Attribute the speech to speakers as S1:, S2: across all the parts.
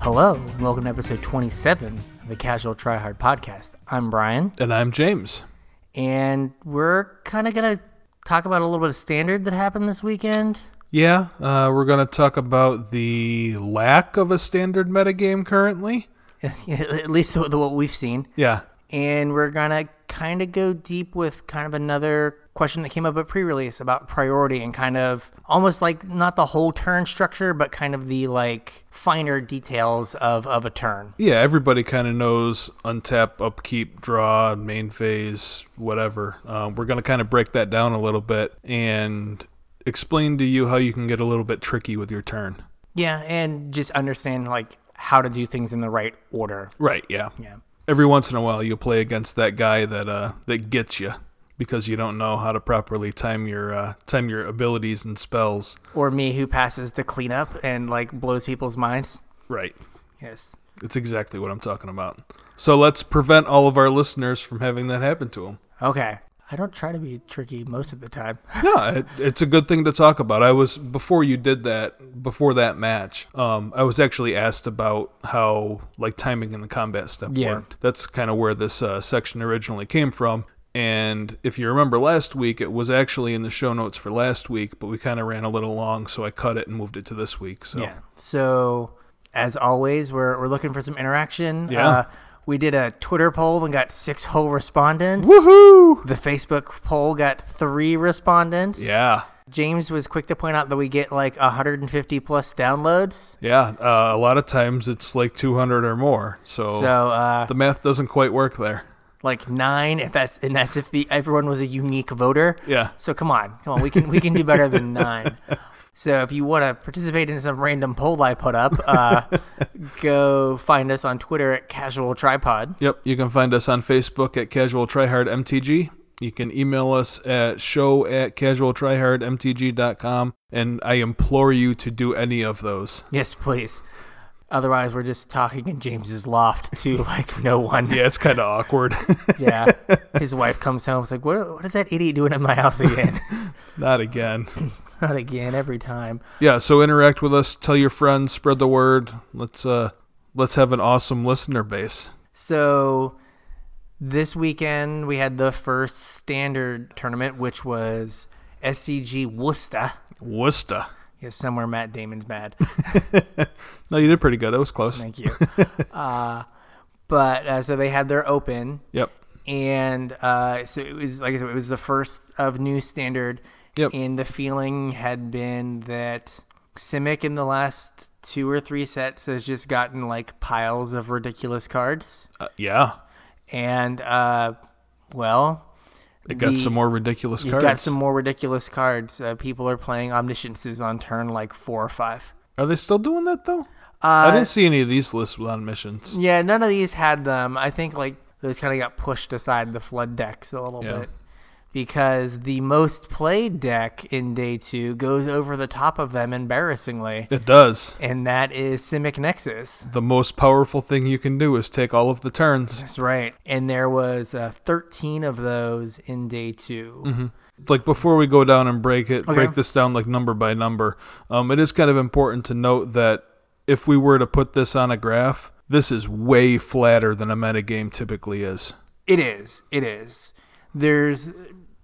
S1: Hello, and welcome to episode 27 of the Casual Tryhard Podcast. I'm Brian,
S2: And I'm James.
S1: and we're kind of going to talk about a little bit of standard that happened this weekend.
S2: Yeah, uh, we're going to talk about the lack of a standard metagame currently.
S1: At least with what we've seen.
S2: Yeah.
S1: And we're going to kind of go deep with kind of another question that came up at pre release about priority and kind of almost like not the whole turn structure, but kind of the like finer details of, of a turn.
S2: Yeah, everybody kind of knows untap, upkeep, draw, main phase, whatever. Um, we're going to kind of break that down a little bit and explain to you how you can get a little bit tricky with your turn.
S1: Yeah, and just understand like how to do things in the right order.
S2: Right, yeah.
S1: Yeah.
S2: Every once in a while you'll play against that guy that uh, that gets you because you don't know how to properly time your uh, time your abilities and spells.
S1: or me who passes the cleanup and like blows people's minds.
S2: Right.
S1: Yes.
S2: It's exactly what I'm talking about. So let's prevent all of our listeners from having that happen to them.
S1: Okay. I don't try to be tricky most of the time.
S2: No, it, it's a good thing to talk about. I was before you did that, before that match. Um, I was actually asked about how like timing and the combat stuff
S1: Yeah.
S2: worked. That's kind of where this uh, section originally came from. And if you remember last week, it was actually in the show notes for last week, but we kind of ran a little long, so I cut it and moved it to this week. So
S1: Yeah. So, as always, we're, we're looking for some interaction. Uh,
S2: Yeah.
S1: we did a Twitter poll and got six whole respondents.
S2: woohoo!
S1: The Facebook poll got three respondents.
S2: Yeah,
S1: James was quick to point out that we get like 150 plus downloads.
S2: yeah. Uh, a lot of times it's like 200 or more.
S1: So, uh,
S2: The math doesn't quite work there.
S1: like nine, if that's and that's if the everyone was a unique voter.
S2: Yeah.
S1: So come on, come on, we can we can do better than nine. So if you want to participate in some random poll I put up, uh, go find us on Twitter at Casual Tripod.
S2: Yep. You can find us on Facebook at Casual Tryhard MTG. You can email us at show at casualtryhardmtg.com. And I implore you to do any of those.
S1: Yes, please. Otherwise, we're just talking in James's loft to like no one.
S2: Yeah, it's kind of awkward.
S1: Yeah. His wife comes home. It's like, what, what is that idiot doing at my house again?
S2: Not again.
S1: Not again, every time.
S2: Yeah, so interact with us, tell your friends, spread the word. Let's uh let's have an awesome listener base.
S1: So this weekend we had the first standard tournament, which was SCG Worcester.
S2: Worcester.
S1: Yes, somewhere Matt Damon's mad.
S2: No, you did pretty good. That was close.
S1: Thank you. uh, but uh, so they had their open,
S2: Yep.
S1: and uh, so it was like I said, it was the first of new standard.
S2: Yep.
S1: And the feeling had been that Simic in the last two or three sets has just gotten like piles of ridiculous cards,
S2: Uh, yeah.
S1: and uh, well,
S2: It got
S1: the-
S2: some more ridiculous
S1: You've
S2: cards.
S1: got some more ridiculous cards. Uh, people are playing omnisciences on turn like four or five.
S2: Are they still doing that though? I
S1: Uh,
S2: didn't see any of these lists on missions.
S1: yeah, none of these had them. I think like those kind of got pushed aside the flood decks a little
S2: Yeah.
S1: bit because the most played deck in day two goes over the top of them embarrassingly,
S2: It does.
S1: and that is Simic Nexus.
S2: The most powerful thing you can do is take all of the turns.
S1: That's right. And there was uh, 13 of those in day
S2: Mm-hmm.
S1: 2
S2: Like before we go down and break it, break this down like number by number. Um, it is kind of important to note that if we were to put this on a graph, this is way flatter than a metagame typically is.
S1: It is. It is. There's.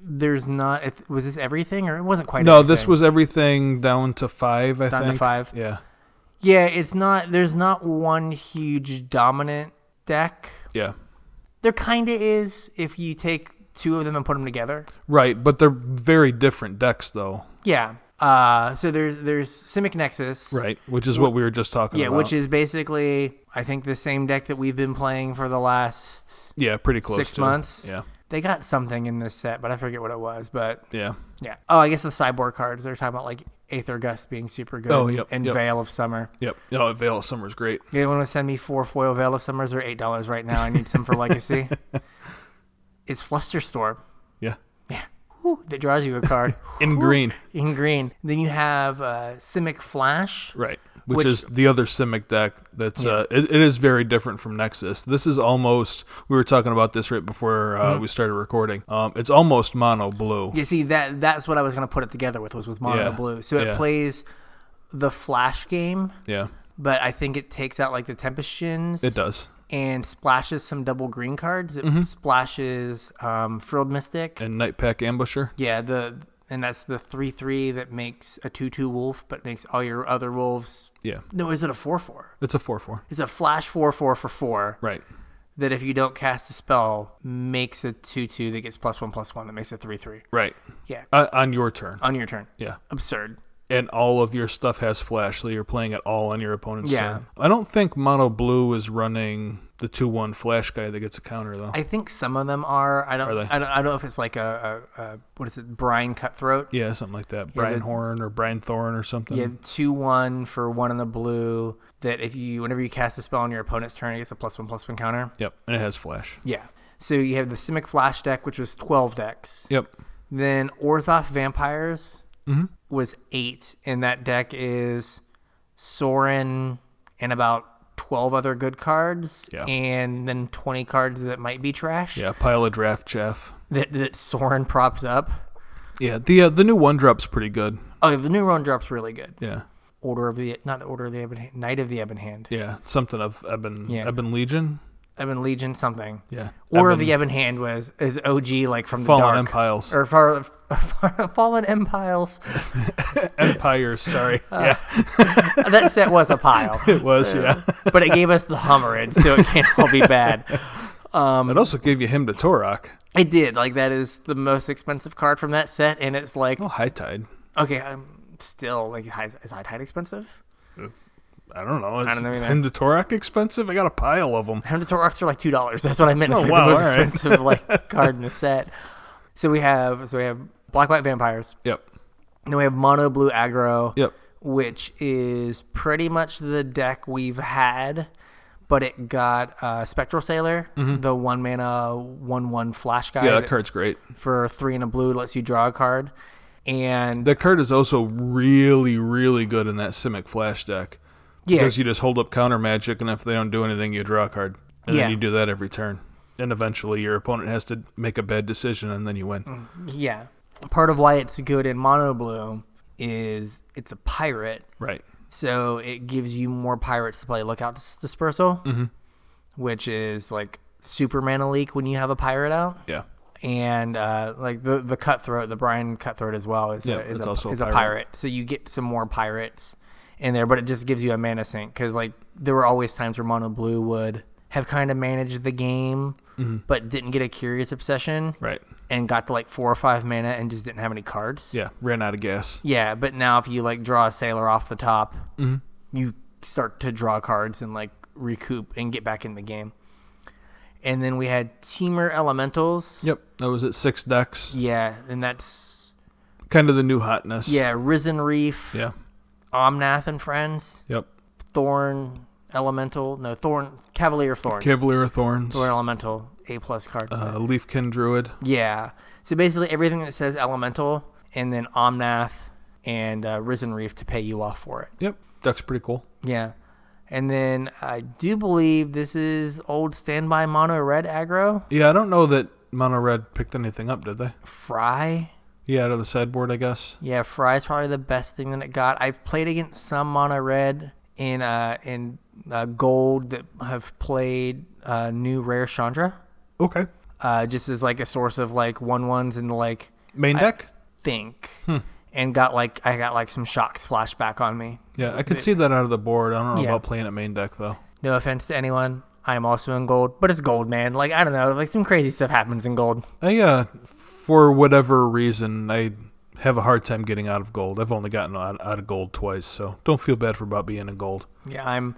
S1: There's not. if- Was this everything, or it wasn't quite?
S2: No, this
S1: everything.
S2: was everything down to five. I
S1: Down to
S2: think
S1: five.
S2: Yeah,
S1: Yeah, it's not. There's not one huge dominant deck.
S2: yeah,
S1: There kind of is if you take two of them and put them together.
S2: right. But they're very different decks, though.
S1: Yeah. Uh, so there's there's Simic Nexus.
S2: Right, which is what we were just talking
S1: Yeah,
S2: about.
S1: which is basically I think the same deck that we've been playing for the last.
S2: yeah, pretty close.
S1: six
S2: to.
S1: months.
S2: Yeah,
S1: They got something in this set, but I forget what it was. But
S2: yeah.
S1: yeah. Oh, I guess the cyborg cards. They're talking about like Aether Gust being super good.
S2: Oh, yep,
S1: And
S2: yep.
S1: Veil of Summer.
S2: Yep. Oh, Veil of Summer's great.
S1: If anyone want to send me four foil Veil of Summers, they're eight dollars right now. I need some for Legacy. It's Flusterstorm.
S2: Yeah.
S1: Whew, that draws you a card
S2: In green.
S1: in green. Then you have uh, Simic Flash.
S2: Right. Which,
S1: Which-
S2: is the other Simic deck that's uh it, it is very different from Nexus. This is almost we were talking about this right before uh,
S1: Mm-hmm.
S2: we started recording. Um it's almost mono blue.
S1: You see that that's what I was going to put it together with was with mono
S2: Yeah,
S1: blue. So it
S2: yeah.
S1: plays the Flash game
S2: Yeah.
S1: but I think it takes out like the Tempestions.
S2: It does. Mm-hmm.
S1: And splashes some double green cards. It splashes um, Frilled Mystic.
S2: And Night Pack Ambusher.
S1: yeah, the and that's the three three that makes a two two wolf, but makes all your other wolves.
S2: Yeah.
S1: No, is it a four four?
S2: It's a 4 4.
S1: It's a flash four four for four
S2: Right.
S1: that if you don't cast a spell makes a two two that gets plus one plus one that makes a three three.
S2: Right.
S1: Yeah,
S2: Uh, on your turn.
S1: on your turn.
S2: Yeah.
S1: Absurd.
S2: and all of your stuff has flash, so you're playing it all on your opponent's
S1: Yeah.
S2: turn. I don't think Mono Blue is running the two one flash guy that gets a counter though.
S1: I think some of them are. I don't.
S2: they?
S1: I don't. I don't know if it's like a, a, a what is it? Brine cutthroat.
S2: yeah, something like that. Brian
S1: the-
S2: Horn or Brian Thorn or something.
S1: Yeah, two one for one in the blue. That if you whenever you cast a spell on your opponent's turn, it gets a plus one plus one counter.
S2: Yep. And it has flash.
S1: Yeah. So you have the Simic Flash deck, which was twelve decks.
S2: Yep.
S1: Then Orzov Vampires
S2: Mm-hmm.
S1: was eight, and that deck is Soren and about twelve other good cards,
S2: Yeah.
S1: and then twenty cards that might be trash
S2: Yeah, pile of draft chaff.
S1: that that Soren props up.
S2: Yeah, the uh, the new one drop's pretty good.
S1: Oh, the new round drop's really good.
S2: Yeah.
S1: Order of the not Order of the Ebon Hand, Knight of the Ebon Hand,
S2: Yeah, something of Ebon
S1: Yeah.
S2: Ebon Legion.
S1: Ebon Legion something.
S2: Yeah.
S1: Order of
S2: Ebon
S1: the Ebon Hand was is OG like from
S2: Fallen
S1: the dark
S2: Empires.
S1: or far, Fallen Empires.
S2: Empires, sorry. yeah,
S1: that set was a pile.
S2: it was, yeah.
S1: but it gave us the Hummerid, so it can't all be bad. Um,
S2: it also gave you him to Torok.
S1: It did. Like that is the most expensive card from that set, and it's like
S2: Oh, high tide.
S1: okay, I'm still like high, is high tide expensive?
S2: I don't know. Is
S1: don't know either.
S2: Him to Torok expensive? I got a pile of them.
S1: Hound of Torox are like two dollars. That's what I meant. It's
S2: Oh,
S1: like
S2: wow,
S1: the most
S2: all right.
S1: expensive like card in the set. So we have so we have black white vampires.
S2: Yep.
S1: And then we have mono blue aggro.
S2: Yep.
S1: Which is pretty much the deck we've had, but it got uh, Spectral Sailor, the one mana one one flash guy
S2: Mm-hmm. Yeah, that
S1: that-
S2: card's great.
S1: for three and a blue lets you draw a card. And
S2: That card is also really, really good in that Simic Flash deck.
S1: yeah,
S2: Because you just hold up counter magic, and if they don't do anything, you draw a card. And
S1: Yeah.
S2: then you do that every turn. And eventually your opponent has to make a bad decision, and then you win.
S1: Mm. yeah. Part of why it's good in mono blue is it's a pirate,
S2: Right.
S1: so it gives you more pirates to play lookout Dis- dispersal, which is like super mana leak when you have a pirate out,
S2: Yeah.
S1: and uh, like the the cutthroat, the Brian cutthroat as well is
S2: Yeah,
S1: a, is,
S2: it's
S1: a,
S2: also a
S1: is a pirate.
S2: pirate.
S1: so you get some more pirates in there, but it just gives you a mana sink because like there were always times where mono blue would have kind of managed the game, but didn't get a curious obsession,
S2: Mm-hmm. Right.
S1: and got to like four or five mana and just didn't have any cards.
S2: Yeah. Ran out of gas.
S1: Yeah, but now if you like draw a sailor off the top,
S2: Mm-hmm.
S1: you start to draw cards and like recoup and get back in the game. And then we had Teamer Elementals.
S2: Yep. That was at six decks.
S1: Yeah, and that's
S2: Kind of the new hotness.
S1: yeah, Risen Reef,
S2: Yeah.
S1: Omnath and Friends,
S2: Yep.
S1: Thorn Elemental, no Thorn Cavalier of Thorns.
S2: Cavalier of Thorns.
S1: Thorn Elemental, A plus card.
S2: Uh, Leafkin Druid.
S1: yeah. So basically everything that says Elemental, and then Omnath and uh, Risen Reef to pay you off for it.
S2: Yep. Deck's pretty cool.
S1: Yeah. And then I do believe this is old standby mono red aggro.
S2: Yeah, I don't know that Mono Red picked anything up, did they?
S1: Fry.
S2: Yeah, out of the sideboard, I guess.
S1: Yeah, Fry's probably the best thing that it got. I've played against some mono red in uh in uh, gold that have played uh, new rare Chandra.
S2: Okay.
S1: Uh, just as like a source of like one ones and like
S2: Main deck?
S1: think. And got like I got like some shocks flashback on me.
S2: Yeah, I could see that out of the board. I don't know
S1: Yeah.
S2: about playing at main deck though.
S1: No offense to anyone. I am also in gold, but it's gold, man. Like I don't know, like some crazy stuff happens in gold.
S2: I uh, for whatever reason, I have a hard time getting out of gold. I've only gotten out, out of gold twice, so don't feel bad for about being in gold.
S1: Yeah, I'm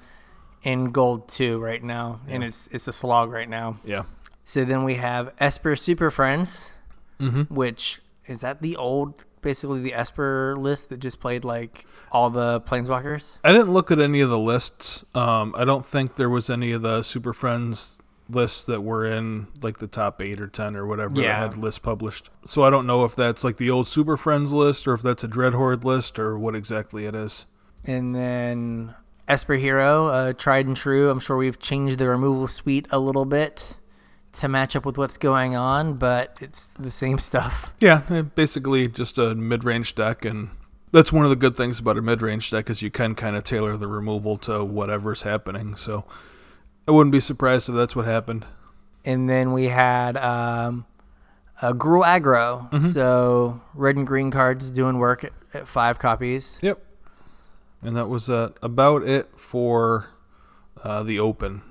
S1: in gold two right now, and it's it's a slog right now.
S2: Yeah,
S1: So then we have Esper Super Friends,
S2: Mm-hmm.
S1: which is that the old, basically the Esper list that just played like all the Planeswalkers.
S2: I didn't look at any of the lists. Um, I don't think there was any of the Super Friends lists that were in like the top eight or ten or whatever that
S1: Yeah.
S2: had lists published. So I don't know if that's like the old Super Friends list or if that's a Dreadhorde list or what exactly it is.
S1: And then Esper Hero, uh, tried and true. I'm sure we've changed the removal suite a little bit to match up with what's going on, but it's the same stuff.
S2: Yeah, eh, basically just a mid range deck, and that's one of the good things about a mid-range deck is you can kind of tailor the removal to whatever's happening. So I wouldn't be surprised if that's what happened.
S1: And then we had um, uh, Gruel Aggro.
S2: Mm-hmm.
S1: So red and green cards doing work at, at five copies.
S2: Yep. And that was uh, about it for uh, the open.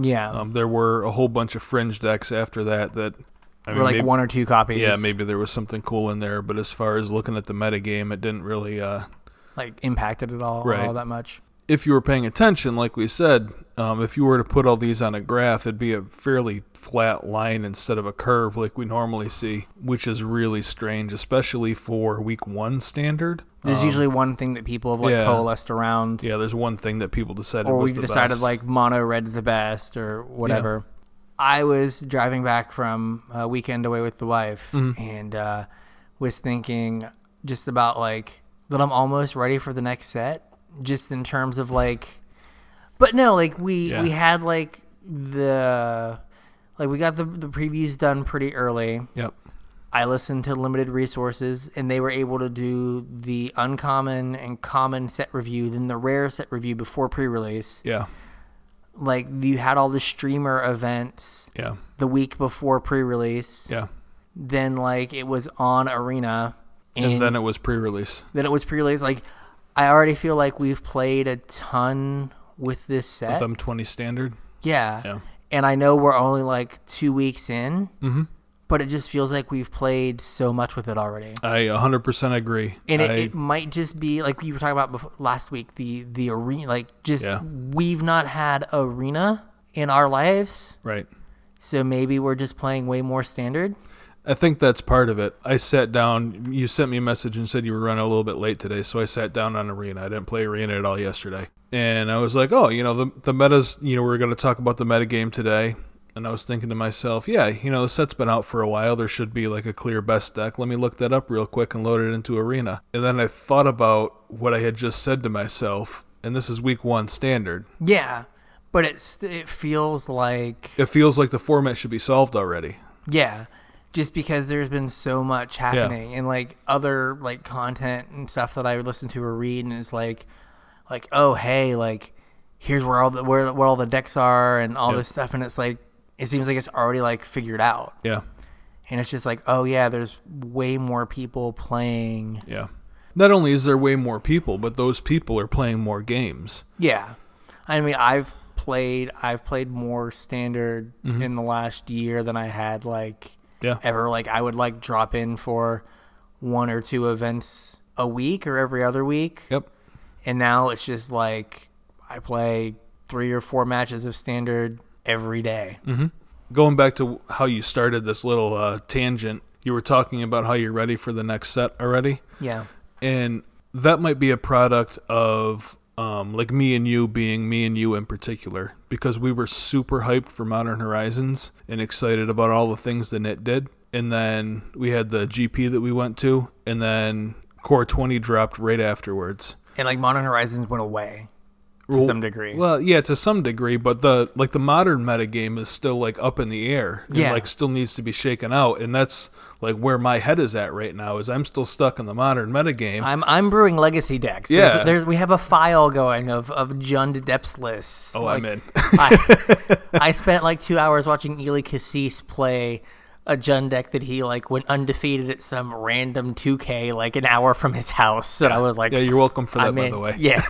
S1: Yeah.
S2: Um, there were a whole bunch of fringe decks after that that I
S1: or like
S2: maybe-
S1: one or two copies.
S2: Yeah, maybe there was something cool in there, but as far as looking at the metagame, it didn't really. Uh,
S1: Like impacted at all,
S2: Right.
S1: all that much.
S2: if you were paying attention, like we said, um, if you were to put all these on a graph, it'd be a fairly flat line instead of a curve like we normally see, which is really strange, especially for week one standard.
S1: There's usually one thing that people have like
S2: Um, yeah.
S1: coalesced around,
S2: Yeah, there's one thing that people decided
S1: or
S2: was
S1: we've
S2: the
S1: decided
S2: best.
S1: like mono red's the best or whatever. I was driving back from a weekend away with the wife
S2: Mm-hmm.
S1: and uh, was thinking just about like that I'm almost ready for the next set, just in terms of like, but no, like we
S2: Yeah.
S1: we had like the like we got the the previews done pretty early.
S2: Yep.
S1: I listened to limited resources, and they were able to do the uncommon and common set review, then the rare set review before pre-release.
S2: Yeah.
S1: Like you had all the streamer events
S2: Yeah.
S1: the week before pre-release.
S2: Yeah.
S1: Then like it was on Arena, and,
S2: And then it was pre-release.
S1: then it was pre-release. Like I already feel like we've played a ton with this set.
S2: Thumb 20 standard.
S1: yeah.
S2: Yeah.
S1: and I know we're only like two weeks in, but it just feels like we've played so much with it already.
S2: I 100% agree.
S1: and it,
S2: I-
S1: it might just be like we were talking about before, last week the the arena like just
S2: Yeah.
S1: we've not had arena in our lives
S2: right.
S1: so maybe we're just playing way more standard
S2: I think that's part of it. I sat down. You sent me a message and said you were running a little bit late today, so I sat down on Arena. I didn't play Arena at all yesterday, and I was like, "Oh, you know, the the metas. You know, we are going to talk about the metagame today." And I was thinking to myself, "Yeah, you know, the set's been out for a while. There should be like a clear best deck. Let me look that up real quick and load it into Arena." And then I thought about what I had just said to myself, and this is Week One standard.
S1: yeah but it's it feels like
S2: It feels like the format should be solved already.
S1: yeah just because there's been so much happening and like other like content and stuff that I would listen to or read and it's like like oh hey like here's where all the where, where all the decks are and all
S2: Yeah.
S1: this stuff and it's like it seems like it's already like figured out
S2: Yeah.
S1: and it's just like oh yeah there's way more people playing
S2: Yeah. Not only is there way more people, but those people are playing more games.
S1: yeah i mean i've played i've played more standard in the last year than i had like
S2: Yeah.
S1: ever like i would like drop in for one or two events a week or every other week
S2: Yep.
S1: and now it's just like i play three or four matches of standard every day.
S2: Going back to how you started this little uh, tangent, you were talking about how you're ready for the next set already.
S1: yeah
S2: And that might be a product of um, like me and you being me and you in particular, because we were super hyped for Modern Horizons and excited about all the things that it did. And then we had the GP that we went to, and then Core 20 dropped right afterwards.
S1: and like modern horizons went away to
S2: Well-
S1: some degree
S2: Well, yeah, to some degree, but the like the modern metagame is still like up in the air. and,
S1: Yeah.
S2: like still needs to be shaken out, and that's like where my head is at right now. Is I'm still stuck in the modern metagame.
S1: I'm I'm brewing legacy decks.
S2: Yeah.
S1: There's, there's we have a file going of of Jund depths lists.
S2: oh, I'm
S1: Like,
S2: in.
S1: I, I spent like two hours watching Eli Cassis play a Jund deck that he like went undefeated at some random 2K like an hour from his house, and I was like,
S2: yeah, you're welcome for that,
S1: I'm
S2: by
S1: in.
S2: the way.
S1: Yes,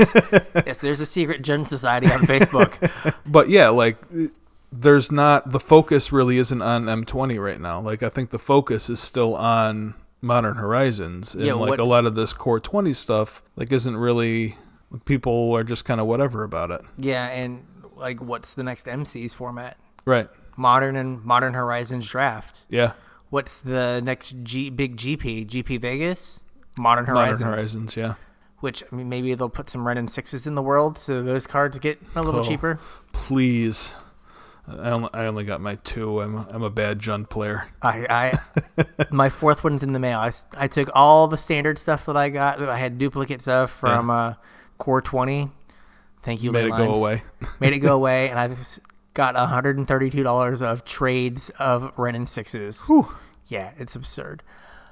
S1: yes. There's a secret Jund society on Facebook.
S2: But yeah, like there's not the focus really isn't on M20 right now. Like I think the focus is still on Modern Horizons, and
S1: Yeah,
S2: like a
S1: what's-
S2: lot of this Core 20 stuff like isn't really. People are just kind of whatever about it.
S1: yeah, and like, what's the next MC's format?
S2: Right.
S1: Modern and Modern Horizons draft.
S2: Yeah.
S1: What's the next G, big GP? GP Vegas. Modern
S2: Modern
S1: Horizons.
S2: Horizons yeah.
S1: which I mean, maybe they'll put some red and sixes in the world, so those cards get a little
S2: Oh.
S1: cheaper.
S2: please. I only, I only got my two. I'm a, I'm a bad Jund player.
S1: I, I my fourth one's in the mail. I, s- I took all the standard stuff that I got. that I had duplicate stuff from uh, Core Twenty. Thank you.
S2: Made it
S1: Ley
S2: go
S1: Lines.
S2: away.
S1: Made it go away, and I've s- got hundred and thirty-two dollars of trades of red and sixes.
S2: Whew.
S1: Yeah, it's absurd.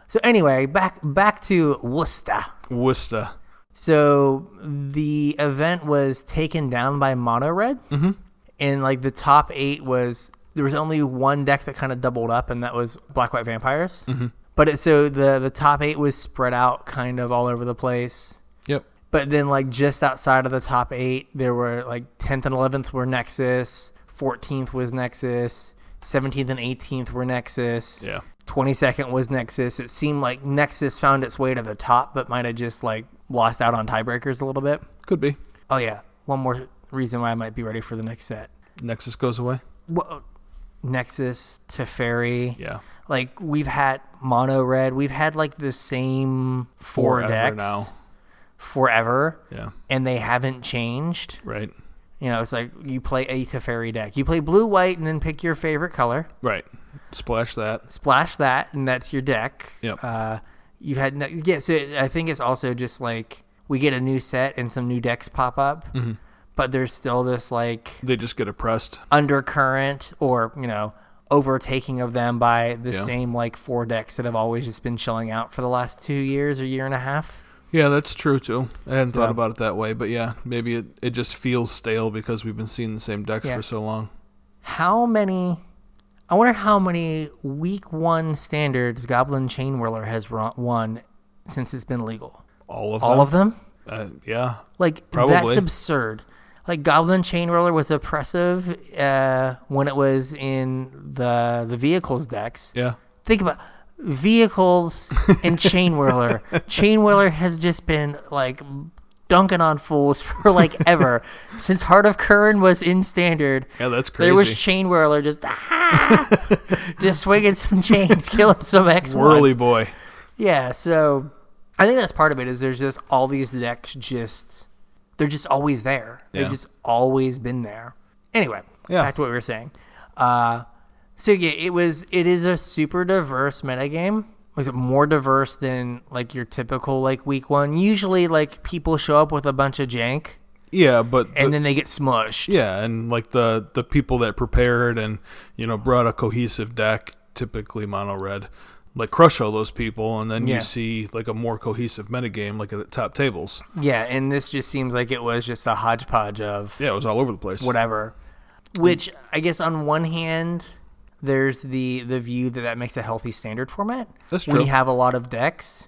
S1: So anyway, back back to Worcester.
S2: Worcester.
S1: So the event was taken down by Mono Red, mm-hmm. and like the top eight was there was only one deck that kind of doubled up, and that was Black White Vampires. Mm-hmm. But it, so the the top eight was spread out kind of all over the place.
S2: Yep.
S1: But then like just outside of the top eight, there were like tenth and eleventh were Nexus, fourteenth was Nexus, seventeenth and eighteenth were Nexus.
S2: Yeah.
S1: 22nd was Nexus. It seemed like Nexus found its way to the top, but might have just like lost out on tiebreakers a little bit.
S2: Could be.
S1: Oh yeah, one more reason why I might be ready for the next set.
S2: Nexus goes away.
S1: Well, Nexus Teferi.
S2: Yeah.
S1: Like we've had mono red. We've had like the same four
S2: Forever
S1: decks
S2: now.
S1: forever,
S2: Yeah.
S1: and they haven't changed.
S2: Right.
S1: You know, it's like you play a Teferi deck. You play blue white and then pick your favorite color.
S2: Right. Splash that.
S1: splash that, and that's your deck.
S2: Yep.
S1: Uh, you've had no, yeah. So it- I think it's also just like we get a new set and some new decks pop up, but there's still this like
S2: They just get oppressed.
S1: undercurrent or you know overtaking of them by the
S2: Yeah.
S1: same like four decks that have always just been chilling out for the last two years or year and a half.
S2: Yeah, that's true too. I hadn't thought about it that way, but yeah, maybe it, it just feels stale because we've been seeing the same decks
S1: Yeah.
S2: for so long.
S1: How many? I wonder how many week one standards Goblin Chain Whirler has ro- won since it's been legal.
S2: All of
S1: All
S2: them.
S1: of them.
S2: uh, yeah.
S1: Like
S2: Probably.
S1: that's absurd. Like Goblin Chain Roller was oppressive uh, when it was in the the vehicles decks.
S2: Yeah.
S1: Think about vehicles and Chain Whirler. Chain Whirler has just been like dunking on fools for like ever since Heart of Curran was in standard.
S2: Yeah, that's
S1: There was
S2: crazy.
S1: Chain Whirler just ah! just swinging some chains, killing some X
S2: Whirly boy.
S1: yeah, so I think that's part of it is there's just all these decks just they're just always there.
S2: Yeah.
S1: They've just always been there. Anyway,
S2: Yeah.
S1: back to what we were saying. Uh, so yeah, it was it is a super diverse metagame. Was it more diverse than like your typical like week one? Usually like people show up with a bunch of jank
S2: Yeah, but the-
S1: and then they get smushed.
S2: yeah, and like the the people that prepared and you know brought a cohesive deck, typically mono red, like crush all those people, and then
S1: Yeah.
S2: you see like a more cohesive metagame, like at the top tables.
S1: Yeah, and this just seems like it was just a hodgepodge of
S2: Yeah, it was all over the place.
S1: whatever. Which I guess on one hand, there's the the view that that makes a healthy standard format.
S2: That's
S1: When
S2: true. Mm-hmm.
S1: you have a lot of decks,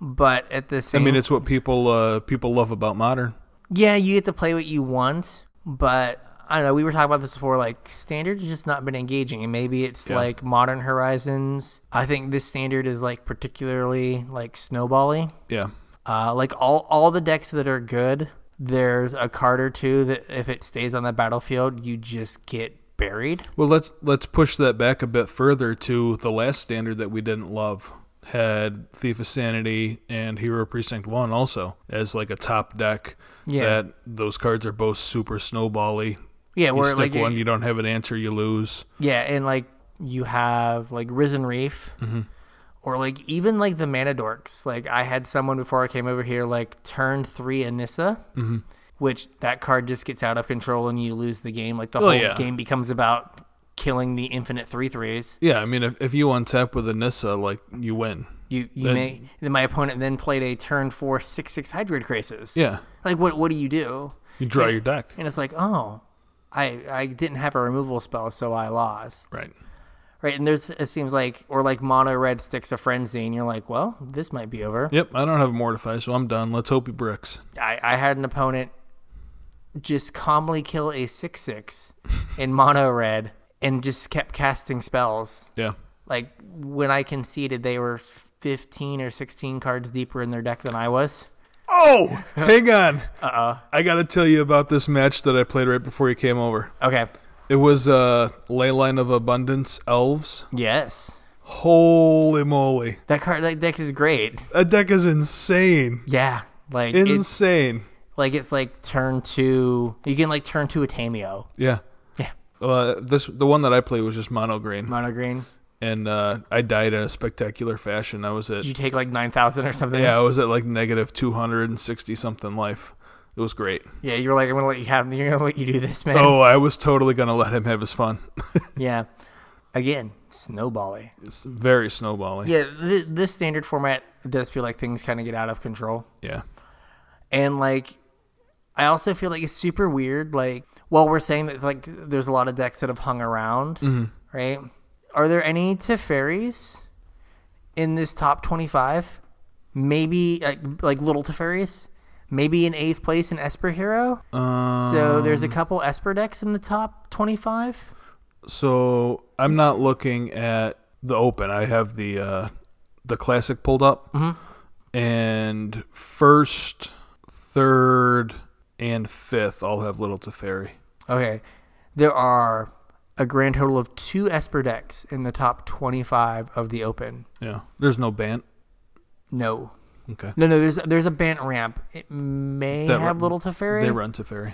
S1: but at the
S2: I
S1: same,
S2: mean, it's what people uh, people love about modern.
S1: yeah, you get to play what you want, but. I don't know. We were talking about this before. Like standard has just not been engaging, and maybe it's
S2: Yeah.
S1: like Modern Horizons. I think this standard is like particularly like snowbally.
S2: Yeah,
S1: Uh, like all all the decks that are good, there's a card or two that if it stays on the battlefield, you just get buried.
S2: Well, let's let's push that back a bit further to the last standard that we didn't love had Thief of Sanity and Hero Precinct One also as like a top deck.
S1: Yeah.
S2: That those cards are both super snowbally.
S1: Yeah,
S2: You
S1: where like
S2: stick one, you don't have an answer, you lose.
S1: yeah, and like you have like Risen Reef,
S2: Mm-hmm.
S1: or like even like the Mana Dorks. Like I had someone before I came over here like turn three Anissa,
S2: Mm-hmm.
S1: which that card just gets out of control and you lose the game. Like the whole
S2: Oh, yeah.
S1: game becomes about killing the infinite three threes.
S2: Yeah, I mean if, if you untap with Anissa, like you win.
S1: You you may then my opponent then played a turn four six six Hydrid Crisis.
S2: Yeah.
S1: like what what do you do?
S2: You draw your deck.
S1: And it's like oh. I, I didn't have a removal spell, so I lost.
S2: Right.
S1: Right, and there's it seems like or like mono red sticks a frenzy, and you're like, well, this might be over.
S2: Yep, I don't have Mortify, so I'm done. Let's hope he bricks.
S1: I, I had an opponent just calmly kill a six six in mono red and just kept casting spells.
S2: Yeah.
S1: Like when I conceded, they were fifteen or sixteen cards deeper in their deck than I was.
S2: Oh, hang on.
S1: Uh-uh.
S2: Uh-oh. I got to tell you about this match that I played right before you came over.
S1: Okay.
S2: It was uh, Leyline of Abundance Elves.
S1: Yes,
S2: Holy moly.
S1: that card that deck is great.
S2: That deck is insane.
S1: Yeah, like it's
S2: Insane.
S1: like it's like turn two. You can like turn two a Tameo.
S2: yeah.
S1: Yeah,
S2: Uh, this the one that I played was just mono green,
S1: mono green.
S2: and uh, I died in a spectacular fashion. I was at
S1: Did you take like nine thousand or something?
S2: yeah, I was at like negative two hundred and sixty something life. It was great.
S1: Yeah, you were like, I'm Oh. gonna let you have, you're gonna let you do this, man.
S2: Oh, I was totally gonna let him have his fun.
S1: Yeah, Again, snowbally.
S2: It's very snowballing.
S1: Yeah, th- this standard format does feel like things kind of get out of control.
S2: Yeah.
S1: And like, I also feel like it's super weird. Like, while we're saying that like there's a lot of decks that have hung around, right? Are there any Teferis in this top 25? Maybe like, like little Teferis. Maybe in eighth place in Esper Hero.
S2: Uh,
S1: so there's a couple Esper decks in the top 25.
S2: So I'm not looking at the open. I have the uh, the classic pulled up,
S1: Mm-hmm.
S2: and first, third, and fifth all have little Teferi.
S1: Okay. There are a grand total of two Esper decks in the top 25 of the Open.
S2: Yeah, there's no ban.
S1: No.
S2: Okay,
S1: No, no, there's there's a Bant ramp. It may
S2: That
S1: have
S2: run-
S1: Little Teferi.
S2: they run Teferi.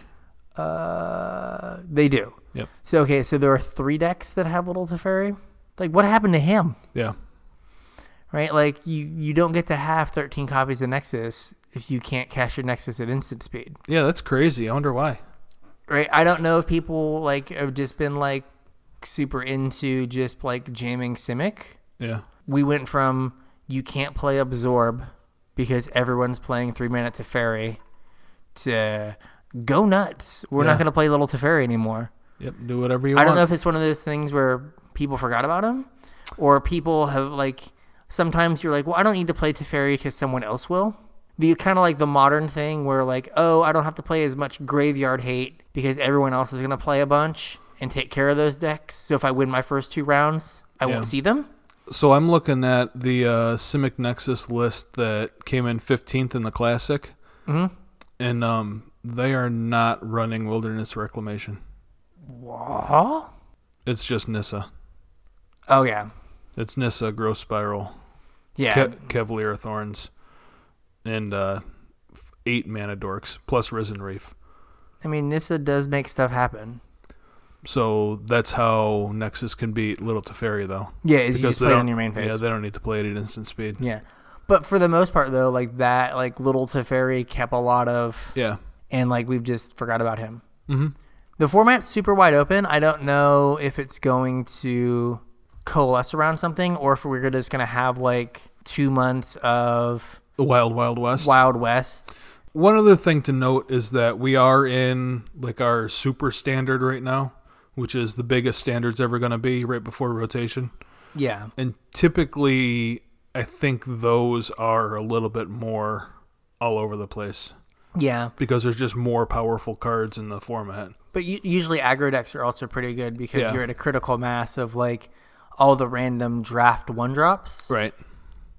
S1: Uh, they do.
S2: Yep.
S1: So, okay, so there are three decks that have Little Teferi. Like, what happened to him?
S2: Yeah,
S1: Right? Like, you, you don't get to have 13 copies of Nexus if you can't cast your Nexus at instant speed.
S2: yeah, that's crazy. I wonder why.
S1: right i don't know if people like have just been like super into just like jamming simic
S2: Yeah,
S1: we went from you can't play absorb because everyone's playing three minute Teferi to go nuts we're
S2: Yeah.
S1: not going to play little Teferi anymore
S2: yep. Do whatever you
S1: i
S2: want.
S1: don't know if it's one of those things where people forgot about him or people have like sometimes you're like well i don't need to play Teferi because someone else will the kind of like the modern thing where like oh i don't have to play as much graveyard hate because everyone else is going to play a bunch and take care of those decks so if i win my first two rounds i
S2: Yeah.
S1: won't see them
S2: so I'm looking at the uh, Simic Nexus list that came in 15th in the classic,
S1: Mm-hmm.
S2: and um, they are not running Wilderness Reclamation.
S1: Wah?
S2: It's just Nissa.
S1: oh yeah
S2: It's Nissa, Gross Spiral,
S1: yeah
S2: Ke- Cavalier of Thorns, and uh, f- eight mana dorks plus Risen Reef.
S1: i mean nissa does make stuff happen
S2: So that's how Nexus can beat Little Teferi, though.
S1: yeah is you
S2: Because
S1: just
S2: they
S1: play it
S2: don't-
S1: on your main
S2: Yeah,
S1: phase
S2: they don't need to play it at instant speed.
S1: yeah but for the most part though like that like little Teferi kept a lot of
S2: Yeah.
S1: and like we've just forgot about him.
S2: hmm
S1: The format's super wide open. I don't know if it's going to coalesce around something or if we're just going to have like two months of
S2: The Wild Wild West.
S1: Wild West.
S2: One other thing to note is that we are in like our super standard right now, which is the biggest standard's ever going to be right before rotation.
S1: Yeah.
S2: And typically, I think those are a little bit more all over the place
S1: Yeah.
S2: because there's just more powerful cards in the format.
S1: But u- usually aggro decks are also pretty good because
S2: Yeah.
S1: you're at a critical mass of like all the random draft one drops
S2: Right.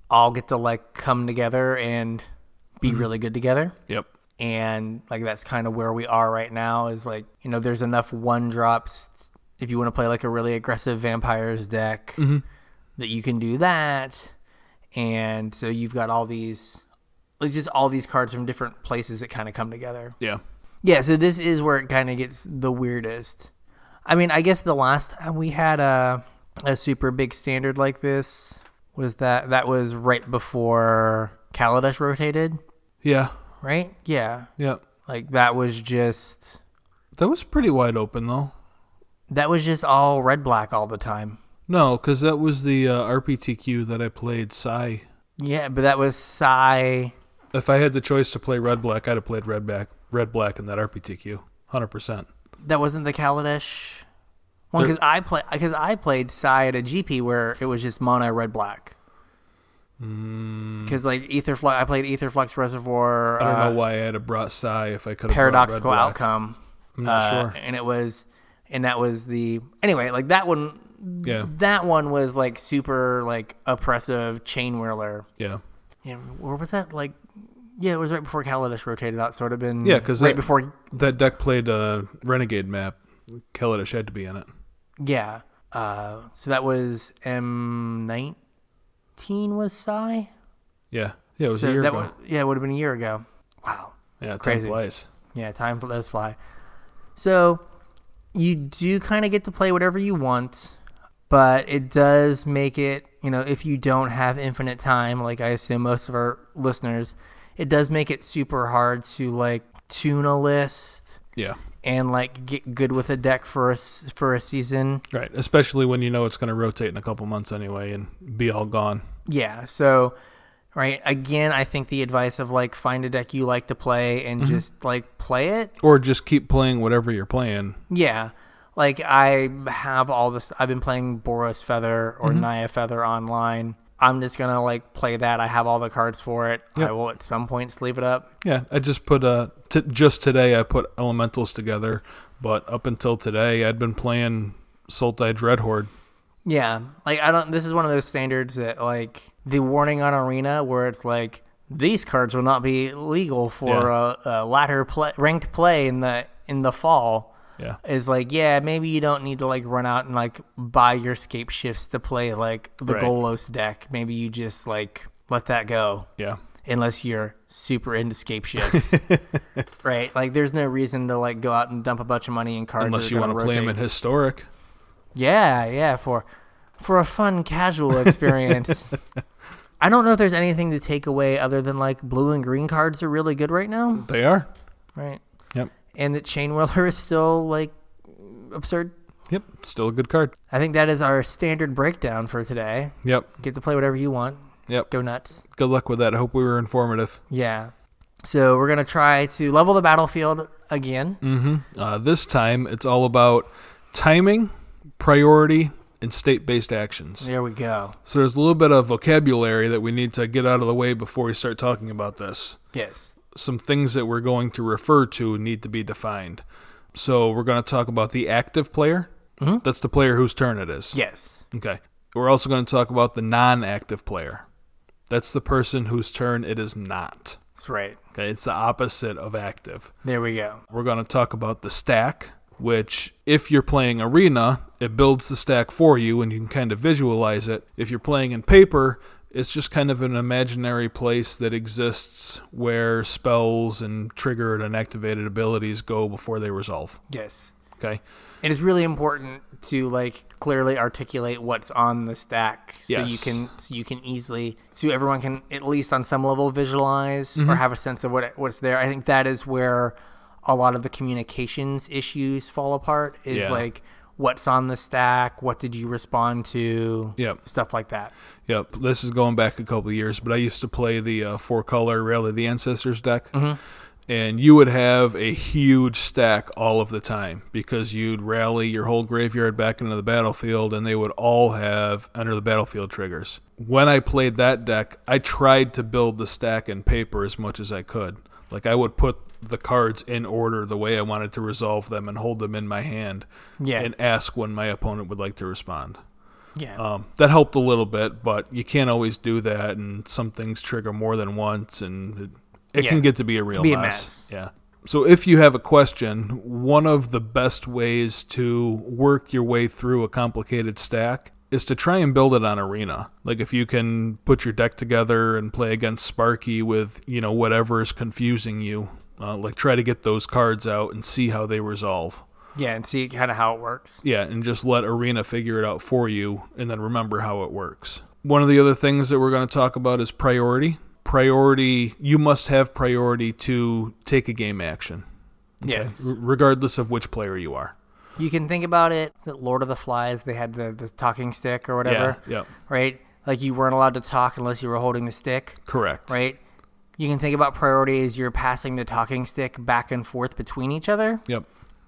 S1: all get to like come together and be really good together.
S2: Yep.
S1: and like that's kind of where we are right now is like you know there's enough one drops if you want to play like a really aggressive vampires deck that you can do that and so you've got all these like just all these cards from different places that kind of come together
S2: Yeah.
S1: yeah so this is where it kind of gets the weirdest i mean i guess the last time we had a a super big standard like this was that that was right before kaladesh rotated
S2: Yeah.
S1: right yeah
S2: Yeah.
S1: like that was just
S2: That was pretty wide open though.
S1: that was just all red black all the time.
S2: No, because that was the uh, RPTQ that I played Psy.
S1: Yeah, but that was Psy.
S2: If I had the choice to play Red Black, I'd have played Red Black, Red Black in that RPTQ, hundred percent.
S1: That wasn't the Kaladesh one
S2: There-
S1: because I play because I played Psy at a GP where it was just mono red black. Because like Etherflux, I played Etherflux Reservoir
S2: Mm. I don't
S1: uh,
S2: know why I'd have brought Psy if I could have
S1: paradoxical
S2: brought Red Black.
S1: outcome,
S2: I'm not
S1: uh,
S2: sure.
S1: and it was and that was the anyway like that one.
S2: Yeah,
S1: That one was like super like oppressive chain whirler
S2: yeah,
S1: Yeah, or was that like? Yeah, it was right before Kaladesh rotated out, so it would have been
S2: Yeah, 'cause
S1: right
S2: that-
S1: before.
S2: that deck played uh, Renegade map. Kaladesh had to be in it.
S1: Yeah, uh, so that was M nineteen was Psy.
S2: Yeah, yeah, it was
S1: so
S2: a year
S1: that
S2: ago.
S1: wa- yeah, it would have been a year ago. Wow.
S2: yeah,
S1: crazy.
S2: crazy. Flies.
S1: Yeah, time fl- does fly. So you do kind of get to play whatever you want, but it does make it, you know, if you don't have infinite time, like I assume most of our listeners, it does make it super hard to like tune a list
S2: Yeah,
S1: and like get good with a deck for a s- for a season.
S2: Right, especially when you know it's going to rotate in a couple months anyway and be all gone.
S1: Yeah. So, right again, I think the advice of like find a deck you like to play and just like play it.
S2: Or just keep playing whatever you're playing.
S1: Yeah. Like I have all this. I've been playing Boros Feather or Naya Feather online. I'm just gonna like play that. I have all the cards for it. I will at some point sleeve it up.
S2: Yeah, I just put uh t- just today I put elementals together, but up until today I'd been playing Sultai Dread Horde.
S1: Yeah, like I don't. This is one of those standards that like the warning on Arena, where it's like these cards will not be legal for
S2: Yeah.
S1: uh, uh, latter play, ranked play in the in the fall.
S2: Yeah.
S1: Is like yeah, maybe you don't need to like run out and like buy your scape shifts to play like the
S2: Right.
S1: Golos deck. Maybe you just like let that go
S2: Yeah.
S1: unless you're super into scape shifts, right? Like there's no reason to like go out and dump a bunch of money in cards that
S2: Unless
S1: are
S2: you
S1: gonna
S2: want to play them
S1: rotate.
S2: in historic.
S1: Yeah, yeah, for for a fun casual experience. I don't know if there's anything to take away other than like blue and green cards are really good right now,
S2: They are.
S1: right?
S2: Yep.
S1: And that Chain Whirler is still like absurd.
S2: Yep. Still a good card.
S1: I think that is our standard breakdown for today.
S2: Yep.
S1: Get to play whatever you want.
S2: Yep.
S1: Go nuts.
S2: Good luck with that. I hope we were informative.
S1: Yeah. So we're gonna try to level the battlefield again.
S2: Uh, this time it's all about timing, priority, and state-based actions.
S1: There we go.
S2: So there's a little bit of vocabulary that we need to get out of the way before we start talking about this.
S1: Yes.
S2: some things that we're going to refer to need to be defined. So we're going to talk about the active player.
S1: Mm-hmm.
S2: That's the player whose turn it is.
S1: Yes.
S2: Okay. We're also going to talk about the non active player. That's the person whose turn it is not.
S1: That's right.
S2: Okay. It's the opposite of active.
S1: There we go.
S2: We're going to talk about the stack, which, if you're playing Arena, it builds the stack for you and you can kind of visualize it. If you're playing in paper, it's just kind of an imaginary place that exists where spells and triggered and activated abilities go before they resolve.
S1: Yes.
S2: Okay.
S1: It is really important to like clearly articulate what's on the stack, so you
S2: Yes.
S1: can so you can easily so everyone can at least on some level visualize
S2: Mm-hmm.
S1: or have a sense of what what's there. I think that is where a lot of the communications issues fall apart. Is
S2: Yeah.
S1: like what's on the stack, what did you respond to,
S2: Yep.
S1: stuff like that.
S2: Yep, this is going back a couple of years, but I used to play the uh, four color Rally of the Ancestors deck, and you would have a huge stack all of the time because you'd rally your whole graveyard back into the battlefield, and they would all have enter the battlefield triggers. When I played that deck, I tried to build the stack in paper as much as I could. Like I would put the cards in order the way I wanted to resolve them and hold them in my hand,
S1: Yeah.
S2: and ask when my opponent would like to respond.
S1: Yeah,
S2: Um, that helped a little bit, but you can't always do that, and some things trigger more than once, and it, it
S1: Yeah.
S2: can get to be a real
S1: be a
S2: mess.
S1: mess.
S2: Yeah. So if you have a question, one of the best ways to work your way through a complicated stack is to try and build it on arena. Like if you can put your deck together and play against Sparky with, you know, whatever is confusing you, uh, like try to get those cards out and see how they resolve.
S1: yeah, and see kind of how it works.
S2: Yeah, and just let Arena figure it out for you and then remember how it works. One of the other things that we're going to talk about is priority. Priority, you must have priority to take a game action,
S1: Yes,
S2: r- regardless of which player you are.
S1: you can think about it. Is it Lord of the Flies? They had the the talking stick or whatever.
S2: Yeah, yeah,
S1: right? Like you weren't allowed to talk unless you were holding the stick,
S2: correct.
S1: right? You can think about priority as you're passing the talking stick back and forth between each other.
S2: Yep.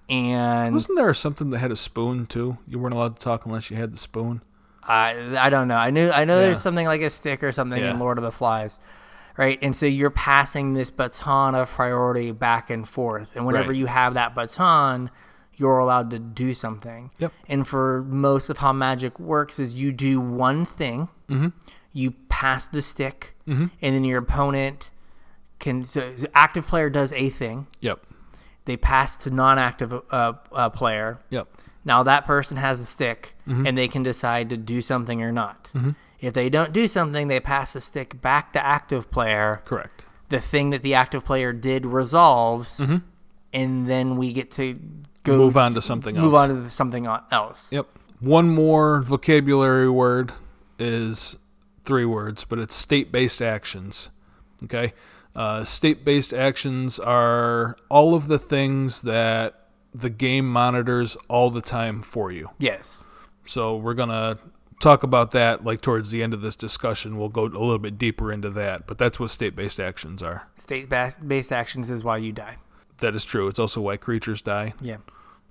S1: And
S2: Wasn't there something that had a spoon too? You weren't allowed to talk unless you had the spoon.
S1: I, I don't know. I knew I know
S2: Yeah.
S1: there's something like a stick or something
S2: Yeah.
S1: in Lord of the Flies, right? And so you're passing this baton of priority back and forth. And whenever
S2: Right.
S1: you have that baton, you're allowed to do something.
S2: Yep.
S1: And for most of how magic works is you do one thing,
S2: Mm-hmm.
S1: you pass the stick, and then your opponent can. So, so active player does a thing.
S2: Yep.
S1: They pass to non-active uh, uh, player.
S2: Yep.
S1: Now that person has a stick
S2: Mm-hmm.
S1: and they can decide to do something or not. If they don't do something, they pass the stick back to active player.
S2: Correct.
S1: The thing that the active player did resolves, and then we get to go
S2: Mm-hmm. Move on to something else.
S1: move on to something o- else.
S2: Yep. One more vocabulary word is three words, but it's state based actions. Okay. Uh, state based actions are all of the things that the game monitors all the time for you.
S1: Yes.
S2: So we're gonna talk about that like towards the end of this discussion. We'll go a little bit deeper into that, but that's what state-based actions are.
S1: State-based actions is why you die.
S2: That is true. It's also why creatures die.
S1: Yeah.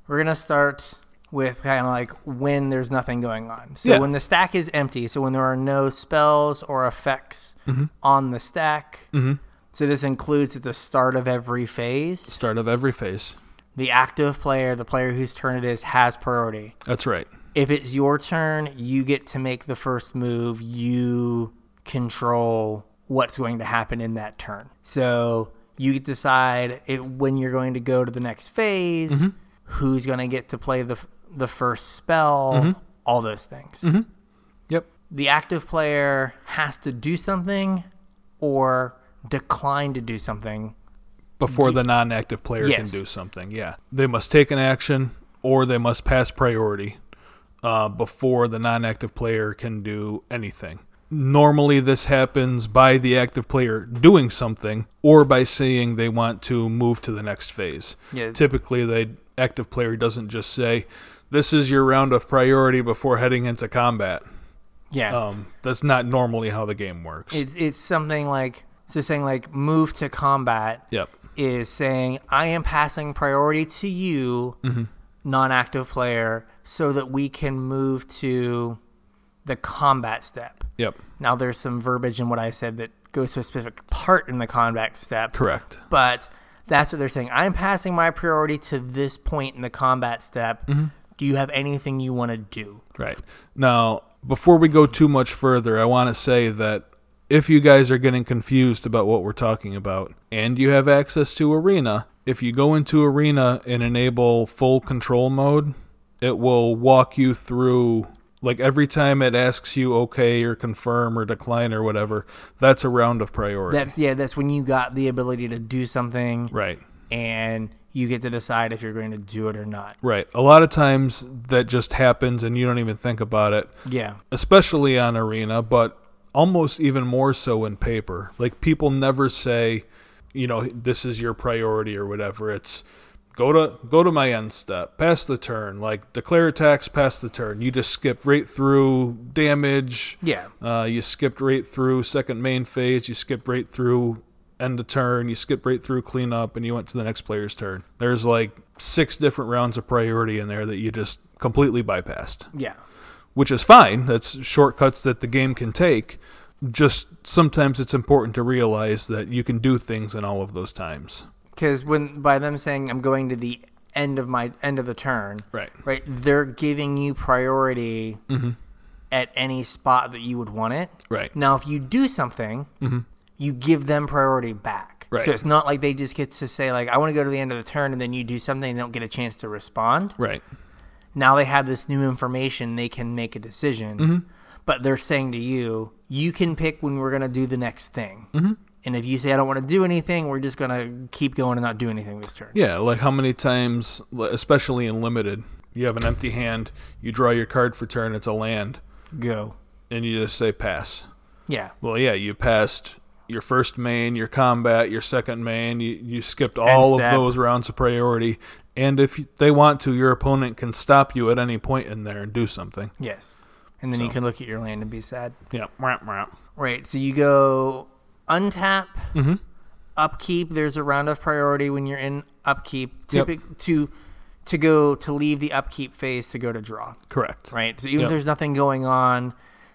S1: We're going to start with kind of like when there's nothing going on. So
S2: Yeah.
S1: when the stack is empty, so when there are no spells or effects on the stack. So this includes at the start of every phase,
S2: Start of every phase.
S1: the active player, the player whose turn it is, has priority.
S2: That's right.
S1: If it's your turn, you get to make the first move. You control what's going to happen in that turn. So you decide it, when you're going to go to the next phase, who's going to get to play the, f- the first spell, all those things.
S2: Yep.
S1: The active player has to do something or decline to do something.
S2: Before the non-active player
S1: Yes.
S2: can do something. Yeah. They must take an action or they must pass priority uh, before the non-active player can do anything. Normally, this happens by the active player doing something or by saying they want to move to the next phase.
S1: Yeah.
S2: Typically, the active player doesn't just say, "This is your round of priority before heading into combat."
S1: Yeah.
S2: Um, that's not normally how the game works.
S1: It's, it's something like, so saying like move to combat.
S2: yep.
S1: is saying, I am passing priority to you,
S2: Mm-hmm.
S1: non active player, so that we can move to the combat step.
S2: Yep.
S1: Now, there's some verbiage in what I said that goes to a specific part in the combat step,
S2: Correct.
S1: but that's what they're saying. I'm passing my priority to this point in the combat step.
S2: Mm-hmm.
S1: Do you have anything you want to do?
S2: Right. Now, before we go too much further, I want to say that if you guys are getting confused about what we're talking about and you have access to Arena, if you go into Arena and enable full control mode, it will walk you through like every time it asks you okay or confirm or decline or whatever, that's a round of priority.
S1: That's yeah, that's when you got the ability to do something
S2: right.
S1: and you get to decide if you're going to do it or not.
S2: Right. A lot of times that just happens and you don't even think about it.
S1: Yeah.
S2: especially on arena, but almost even more so in paper. Like people never say, you know, this is your priority or whatever. It's go to go to my end step, pass the turn, like declare attacks, pass the turn. You just skip right through damage.
S1: Yeah.
S2: Uh, you skipped right through second main phase. You skipped right through end of turn. You skipped right through cleanup, and you went to the next player's turn. There's like six different rounds of priority in there that you just completely bypassed
S1: Yeah.
S2: which is fine. That's shortcuts that the game can take. Just sometimes it's important to realize that you can do things in all of those times.
S1: because when by them saying I'm going to the end of my end of the turn,
S2: Right. Mm-hmm.
S1: right, they're giving you priority at any spot that you would want it.
S2: Right. Mm-hmm.
S1: Now, if you do something, you give them priority back.
S2: Right.
S1: So it's not like they just get to say like I want to go to the end of the turn, and then you do something and they don't get a chance to respond.
S2: Right.
S1: Now they have this new information, they can make a decision. But they're saying to you, you can pick when we're going to do the next thing. And if you say I don't want to do anything, we're just going to keep going and not do anything this turn.
S2: Yeah, like how many times, li- especially in limited, you have an empty hand, you draw your card for turn, it's a land,
S1: Go.
S2: and you just say pass.
S1: Yeah.
S2: Well, yeah, you passed your first main, your combat, your second main. You, you skipped all of
S1: step.
S2: those rounds of priority. And if you- they want to, your opponent can stop you at any point in there and do something.
S1: Yes. And then you can look at your land and be sad.
S2: Yeah. Womp, womp.
S1: Right. So you go untap, upkeep. There's a round of priority when you're in upkeep.
S2: Yep.
S1: Typic- to to go to leave the upkeep phase to go to draw.
S2: Correct.
S1: Right. So even
S2: Yep.
S1: if there's nothing going on,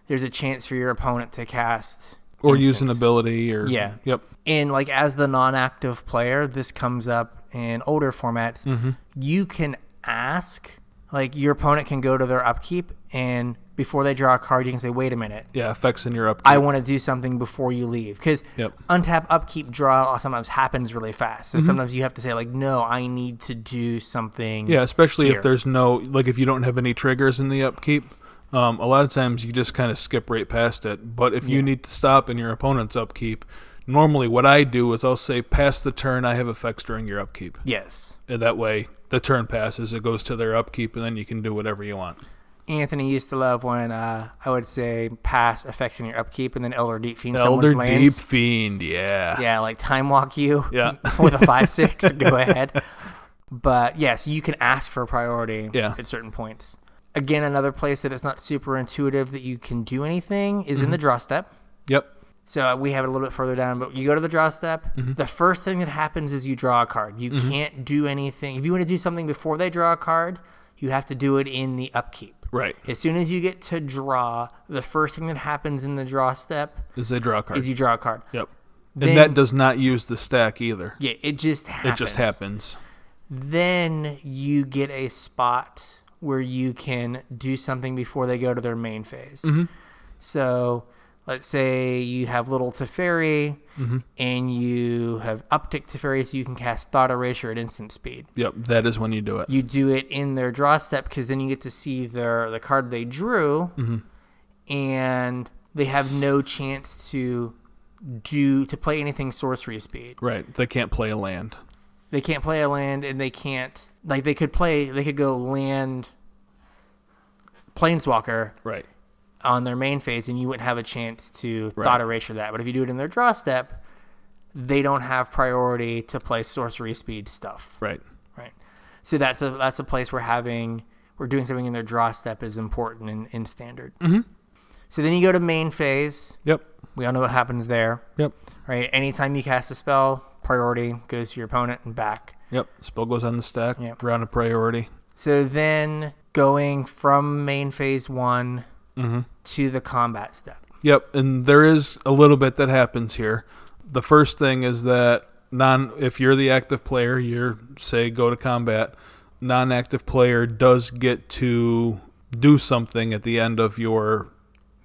S1: there's a chance for your opponent to cast
S2: Or use an
S1: instants.
S2: ability or
S1: Yeah.
S2: Yep.
S1: and like as the non-active player this comes up in older formats
S2: Mm-hmm.
S1: you can ask like your opponent can go to their upkeep and before they draw a card you can say wait a minute
S2: Yeah, effects in your upkeep.
S1: i want to do something before you leave because
S2: Yep. Mm-hmm.
S1: untap upkeep draw sometimes happens really fast so sometimes you have to say like no i need to do something
S2: yeah, especially
S1: Here.
S2: if there's no like if you don't have any triggers in the upkeep. Um, a lot of times you just kind of skip right past it. But if you need to stop in your opponent's upkeep, normally what I do is I'll say pass the turn I have effects during your upkeep.
S1: yes
S2: And that way the turn passes, it goes to their upkeep and then you can do whatever you want.
S1: anthony used to love when uh, i would say pass affecting your upkeep and then elder deep fiend
S2: Elder
S1: someone's lands.
S2: Deep Fiend, yeah.
S1: Yeah, like time walk you.
S2: Yeah.
S1: with a five six. go ahead. But yes, you can ask for priority
S2: Yeah.
S1: at certain points. Again, another place that it's not super intuitive that you can do anything is
S2: Mm-hmm.
S1: in the draw step.
S2: Yep.
S1: So uh, we have it a little bit further down, but you go to the draw step.
S2: Mm-hmm.
S1: The first thing that happens is you draw a card. You can't do anything. If you want to do something before they draw a card, you have to do it in the upkeep.
S2: Right.
S1: As soon as you get to draw, the first thing that happens in the draw step
S2: Is they draw a card.
S1: is you draw a card.
S2: Yep.
S1: Then-
S2: and that does not use the stack either.
S1: Yeah, it just happens.
S2: It just happens.
S1: Then you get a spot where you can do something before they go to their main phase.
S2: Mm-hmm.
S1: So let's say you have little Teferi
S2: Mm-hmm.
S1: and you have uptick Teferi so you can cast Thought Erasure at instant speed.
S2: Yep. That is when you do it.
S1: You do it in their draw step because then you get to see their the card they drew and they have no chance to do to play anything sorcery speed
S2: right. They can't play a land.
S1: they can't play a land and they can't like they could play they could go land planeswalker
S2: Right.
S1: on their main phase and you wouldn't have a chance to
S2: Right.
S1: thought erasure that but if you do it in their draw step they don't have priority to play sorcery speed stuff
S2: Right.
S1: right so that's a that's a place where having we're doing something in their draw step is important in, in standard mm-hmm. so then you go to main phase
S2: Yep.
S1: we all know what happens there
S2: Yep.
S1: right anytime you cast a spell priority goes to your opponent and back
S2: Yep. Spell goes on the stack.
S1: Yep.
S2: Round of priority.
S1: So then going from main phase one to the combat step.
S2: Yep, and there is a little bit that happens here. The first thing is that non if you're the active player, you're say go to combat, non-active player does get to do something at the end of your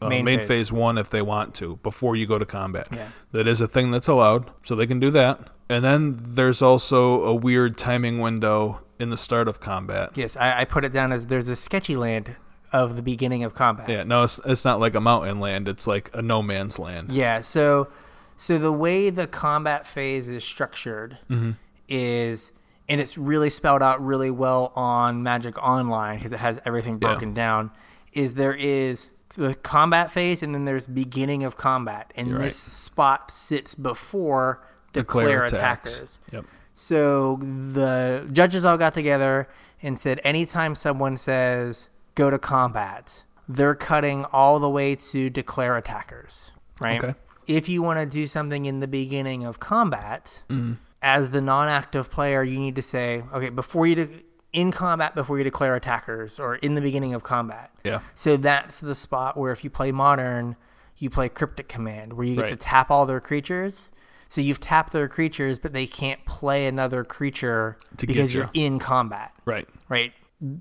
S2: uh,
S1: Main
S2: main,
S1: phase.
S2: phase. 1 if they want to before you go to combat.
S1: Yeah.
S2: That is a thing that's allowed, so they can do that. And then there's also a weird timing window in the start of combat.
S1: Yes, I, I put it down as there's a sketchy land of the beginning of combat.
S2: Yeah, no, it's, it's not like a mountain land, it's like a no man's land.
S1: Yeah, so so the way the combat phase is structured
S2: Mm-hmm.
S1: is and it's really spelled out really well on Magic Online because it has everything broken down is there is the combat phase and then there's beginning of combat and
S2: You're right.
S1: this spot sits before declare, attackers.
S2: Yep.
S1: So the judges all got together and said anytime someone says go to combat, they're cutting all the way to declare attackers, right?
S2: Okay.
S1: If you want to do something in the beginning of combat,
S2: Mm-hmm.
S1: as the non-active player, you need to say, okay, before you de- in combat before you declare attackers or in the beginning of combat.
S2: Yeah.
S1: So that's the spot where if you play modern, you play cryptic command where you get
S2: Right.
S1: to tap all their creatures. So you've tapped their creatures, but they can't play another creature
S2: To get
S1: because
S2: you.
S1: are in combat,
S2: Right.
S1: right?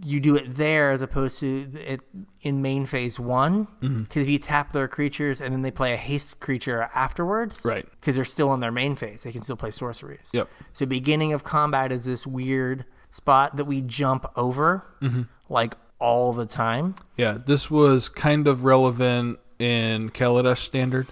S1: You do it there as opposed to it in main phase one, because
S2: Mm-hmm.
S1: if you tap their creatures and then they play a haste creature afterwards,
S2: Right.
S1: Because they're still in their main phase, they can still play sorceries.
S2: Yep.
S1: So beginning of combat is this weird spot that we jump over,
S2: Mm-hmm.
S1: like all the time.
S2: Yeah, this was kind of relevant in Kaladesh standard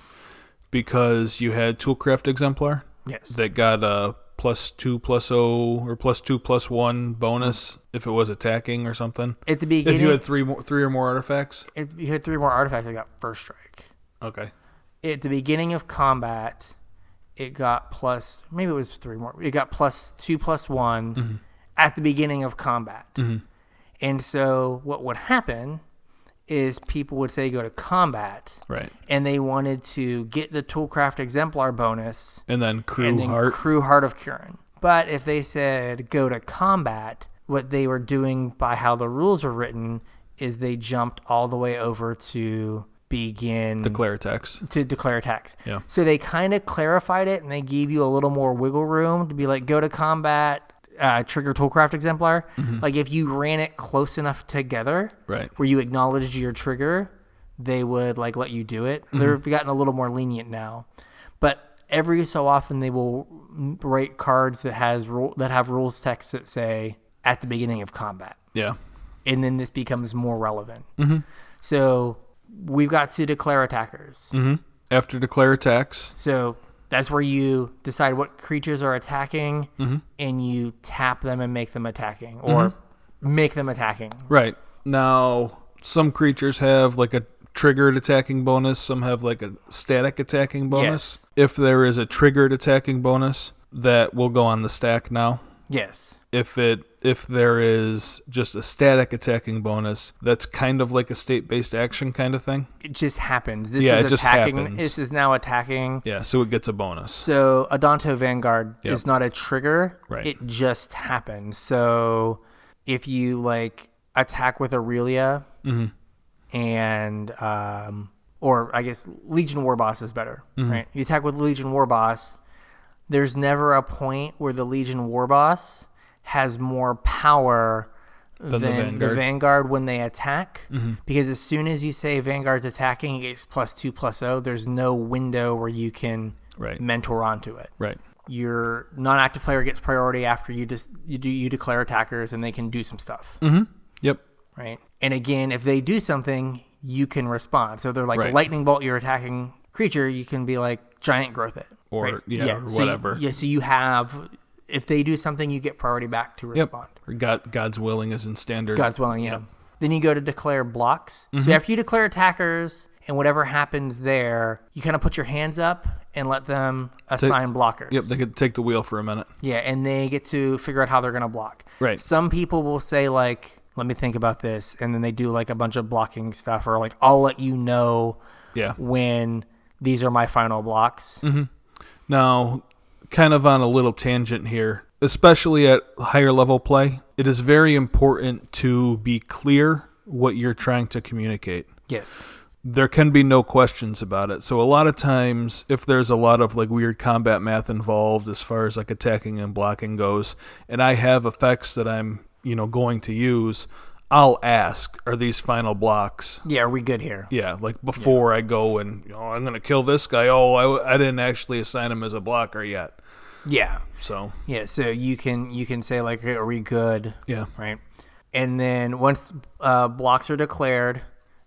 S2: because you had Toolcraft Exemplar
S1: Yes.
S2: that got a plus two plus oh or plus two plus one bonus if it was attacking or something.
S1: At the
S2: If you
S1: beginning,
S2: had three more, three or more artifacts.
S1: if you had three more artifacts, I got first strike.
S2: Okay.
S1: At the beginning of combat, it got plus, maybe it was three more. It got plus two, plus one
S2: Mm-hmm.
S1: at the beginning of combat. And so what would happen is people would say go to combat
S2: Right.
S1: and they wanted to get the Toolcraft Exemplar bonus
S2: And then Crew
S1: and then
S2: Heart.
S1: Crew Heart of Kieran. But if they said go to combat, what they were doing by how the rules were written is they jumped all the way over to begin
S2: Declare attacks.
S1: to declare attacks.
S2: Yeah.
S1: So they kind of clarified it and they gave you a little more wiggle room to be like go to combat, uh, trigger Toolcraft Exemplar. Like if you ran it close enough together,
S2: Mm-hmm. Right.
S1: where you acknowledged your trigger, they would like let you do
S2: Mm-hmm.
S1: it. They've gotten a little more lenient now, but every so often they will write cards that has rule that have rules text that say at the beginning of combat,
S2: Yeah.
S1: and then this becomes more relevant.
S2: Mm-hmm.
S1: So we've got to declare attackers.
S2: After declare attacks.
S1: So that's where you decide what creatures are attacking,
S2: Mm-hmm.
S1: and you tap them and make them attacking, or
S2: Mm-hmm.
S1: make them attacking.
S2: Right. Now, some creatures have like a triggered attacking bonus, some have like a static attacking bonus. If there is a triggered attacking bonus, that will go on the stack now.
S1: Yes.
S2: if it if there is just a static attacking bonus that's kind of like a state based action kind of thing.
S1: It just happens. This
S2: Yeah,
S1: is
S2: it just
S1: attacking.
S2: happens.
S1: This is now attacking.
S2: Yeah, so it gets a bonus.
S1: So Adanto Vanguard
S2: Yep.
S1: is not a trigger.
S2: Right.
S1: It just happens. So if you like attack with Aurelia
S2: Mm-hmm.
S1: and um or I guess Legion War Boss is better,
S2: Mm-hmm.
S1: right? You attack with Legion War Boss, there's never a point where the Legion War Boss has more power than,
S2: the Vanguard.
S1: the Vanguard when they attack.
S2: Mm-hmm.
S1: Because as soon as you say Vanguard's attacking, it gets plus two plus oh. There's no window where you can
S2: Right.
S1: mentor onto it.
S2: Right.
S1: Your non-active player gets priority after you just you do you declare attackers and they can do some stuff,
S2: Mm-hmm. Yep.
S1: right? And again, if they do something, you can respond. So they're like
S2: Right.
S1: lightning bolt your attacking creature. You can be like giant growth it
S2: Or, yeah, or
S1: so you-
S2: whatever.
S1: yeah, so you have if they do something, you get priority back to
S2: Yep.
S1: respond.
S2: Or God, God's willing is in standard.
S1: God's willing, yeah. Then you go to declare blocks.
S2: Mm-hmm.
S1: So after you declare attackers and whatever happens there, you kind of put your hands up and let them assign blockers.
S2: Yep, they could take the wheel for a minute.
S1: yeah, and they get to figure out how they're going to block.
S2: Right.
S1: Some people will say like, "Let me think about this," and then they do like a bunch of blocking stuff, or like, "I'll let you know
S2: Yeah. Mm-hmm.
S1: when these are my final blocks."
S2: Now, kind of on a little tangent here, especially at higher level play, it is very important to be clear what you're trying to communicate.
S1: Yes.
S2: There can be no questions about it. So a lot of times if there's a lot of like weird combat math involved as far as like attacking and blocking goes, and I have effects that I'm, you know, going to use, I'll ask, are these final blocks
S1: Yeah, are we good here?
S2: Yeah, like before I go and oh, I'm gonna kill this guy. Oh, I, I didn't actually assign him as a blocker yet.
S1: Yeah.
S2: So
S1: Yeah, so you can you can say like, "Are we good?"
S2: yeah,
S1: right? And then once uh, blocks are declared,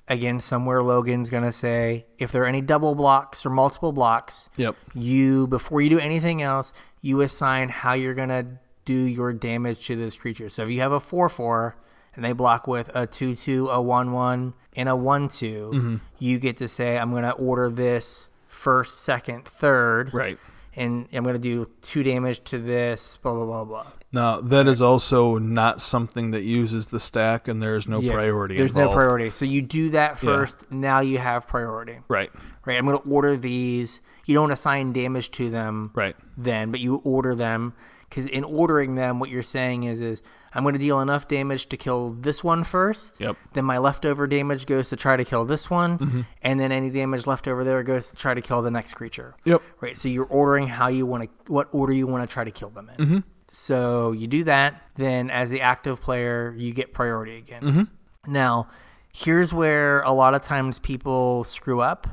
S1: again, somewhere Logan's going to say if there are any double blocks or multiple blocks,
S2: yep,
S1: you, before you do anything else, you assign how you're going to do your damage to this creature. So if you have a 4 4 and they block with a 2 2, a 1 1, and a 1 2, you get to say, I'm going to order this first, second, third.
S2: right.
S1: And I'm going to do two damage to this, blah, blah, blah, blah.
S2: Now that is also not something that uses the stack, and there is no
S1: Yeah,
S2: priority.
S1: There's
S2: involved.
S1: no priority. So you do that first. Now you have priority,
S2: Right,
S1: right? I'm going to order these. You don't assign damage to them,
S2: right,
S1: Then, but you order them because in ordering them, what you're saying is, is I'm going to deal enough damage to kill this one first.
S2: Yep.
S1: Then my leftover damage goes to try to kill this one, and then any damage left over there goes to try to kill the next creature.
S2: yep,
S1: Right. So you're ordering how you want to, what order you want to try to kill them in. So you do that. Then, as the active player, you get priority again. Now, here's where a lot of times people screw up.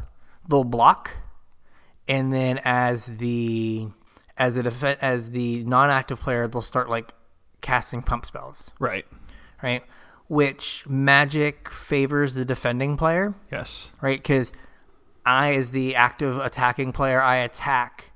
S1: They'll block, and then as the as a def- as the non-active player, they'll start like casting pump spells,
S2: right.
S1: right? Which magic favors the defending player
S2: Yes,
S1: right? Because I, as the active attacking player, I attack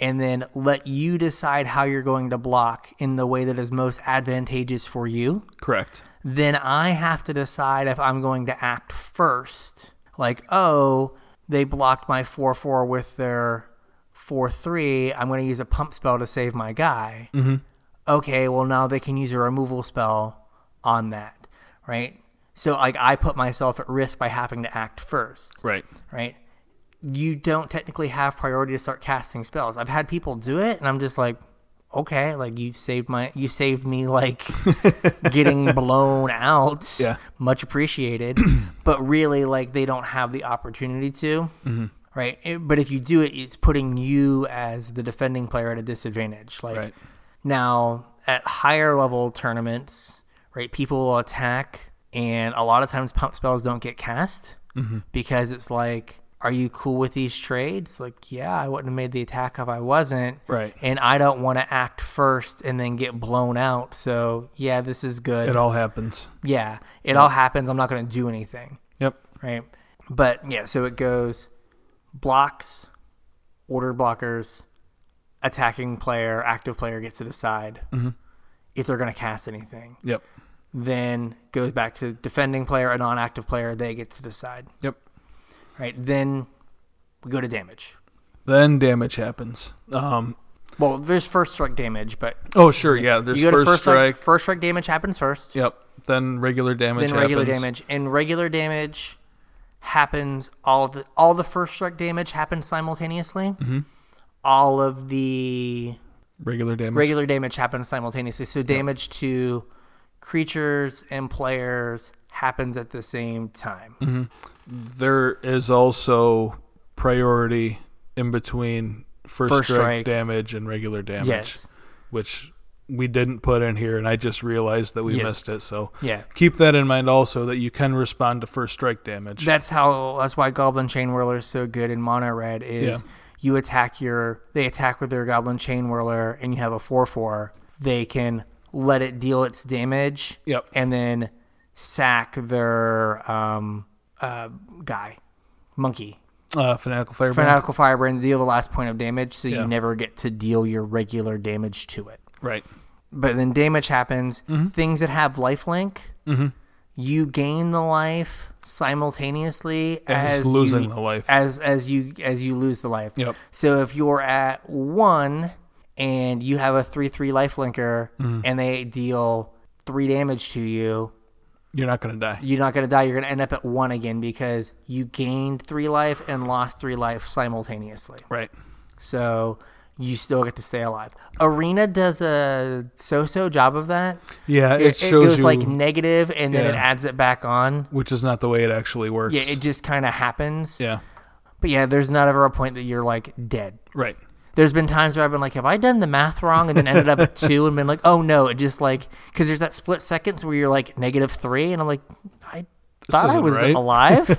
S1: and then let you decide how you're going to block in the way that is most advantageous for you.
S2: correct.
S1: Then I have to decide if I'm going to act first. Like, oh, they blocked my 4 4 with their 4 3. I'm going to use a pump spell to save my guy. Okay, well, now they can use a removal spell on that, right? So, like, I put myself at risk by having to act first
S2: Right,
S1: right? You don't technically have priority to start casting spells. I've had people do it, and I'm just like, okay, like you saved my, you saved me like getting blown out.
S2: Yeah.
S1: much appreciated. but really, like they don't have the opportunity to,
S2: Mm-hmm.
S1: right? It- but if you do it, it's putting you as the defending player at a disadvantage. Like
S2: Right.
S1: now at higher level tournaments, right? People will attack, and a lot of times pump spells don't get cast
S2: Mm-hmm.
S1: because it's like, are you cool with these trades? Like, yeah, I wouldn't have made the attack if I wasn't.
S2: Right.
S1: And I don't want to act first and then get blown out. So, yeah, this is good.
S2: it all happens.
S1: yeah, it all happens. I'm not going to do anything
S2: Yep,
S1: right? But yeah, so it goes blocks, order blockers, attacking player, active player gets to decide
S2: Mm-hmm.
S1: if they're going to cast anything.
S2: yep,
S1: Then goes back to defending player, a non-active player, they get to decide.
S2: yep.
S1: Right? Then we go to damage.
S2: Then damage happens. Um,
S1: Well, there's first strike damage, but
S2: Oh, sure, yeah. There's
S1: you go to
S2: first,
S1: first strike.
S2: strike.
S1: First strike damage happens first,
S2: Yep. Then regular damage.
S1: then regular
S2: happens.
S1: damage, and regular damage happens all the all the first strike damage happens simultaneously. All of the
S2: Regular damage.
S1: regular damage happens simultaneously. So damage to creatures and players happens at the same time.
S2: there is also priority in between first,
S1: First
S2: strike,
S1: strike.
S2: damage and regular damage.
S1: Yes.
S2: Which we didn't put in here and I just realized that we
S1: Yes.
S2: missed it. So
S1: Yeah.
S2: keep that in mind also that you can respond to first strike damage.
S1: That's how. That's why Goblin Chain Whirler is so good in Mono Red. Is
S2: Yeah.
S1: you attack your they attack with their Goblin Chain Whirler and you have a four four. They can let it deal its damage.
S2: Yep.
S1: And then sack their um uh guy, monkey.
S2: uh, fanatical firebrand.
S1: Fanatical Firebrand deal the last point of damage, so
S2: Yeah.
S1: you never get to deal your regular damage to it.
S2: Right.
S1: but then damage happens.
S2: Mm-hmm.
S1: Things that have lifelink, you gain the life simultaneously
S2: As
S1: as,
S2: losing
S1: you-
S2: the life.
S1: as as you as you lose the life.
S2: Yep.
S1: So if you're at one and you have a three three lifelinker
S2: Mm-hmm.
S1: and they deal three damage to you,
S2: You're not gonna die.
S1: you're not gonna die. You're gonna end up at one again because you gained three life and lost three life simultaneously.
S2: Right.
S1: So. You still get to stay alive. Arena does a so-so job of that
S2: Yeah, it,
S1: it, it
S2: shows
S1: goes
S2: you
S1: like negative and then it
S2: Yeah.
S1: adds it back on.
S2: which is not the way it actually works.
S1: Yeah, it just kind of happens.
S2: yeah.
S1: But yeah, there's not ever a point that you're like dead.
S2: Right.
S1: There's been times where I've been like, have I done the math wrong? And then ended up at two and been like, oh no, it just like, because there's that split seconds where you're like negative three. And I'm like, I thought I
S2: isn't
S1: was
S2: right.
S1: alive.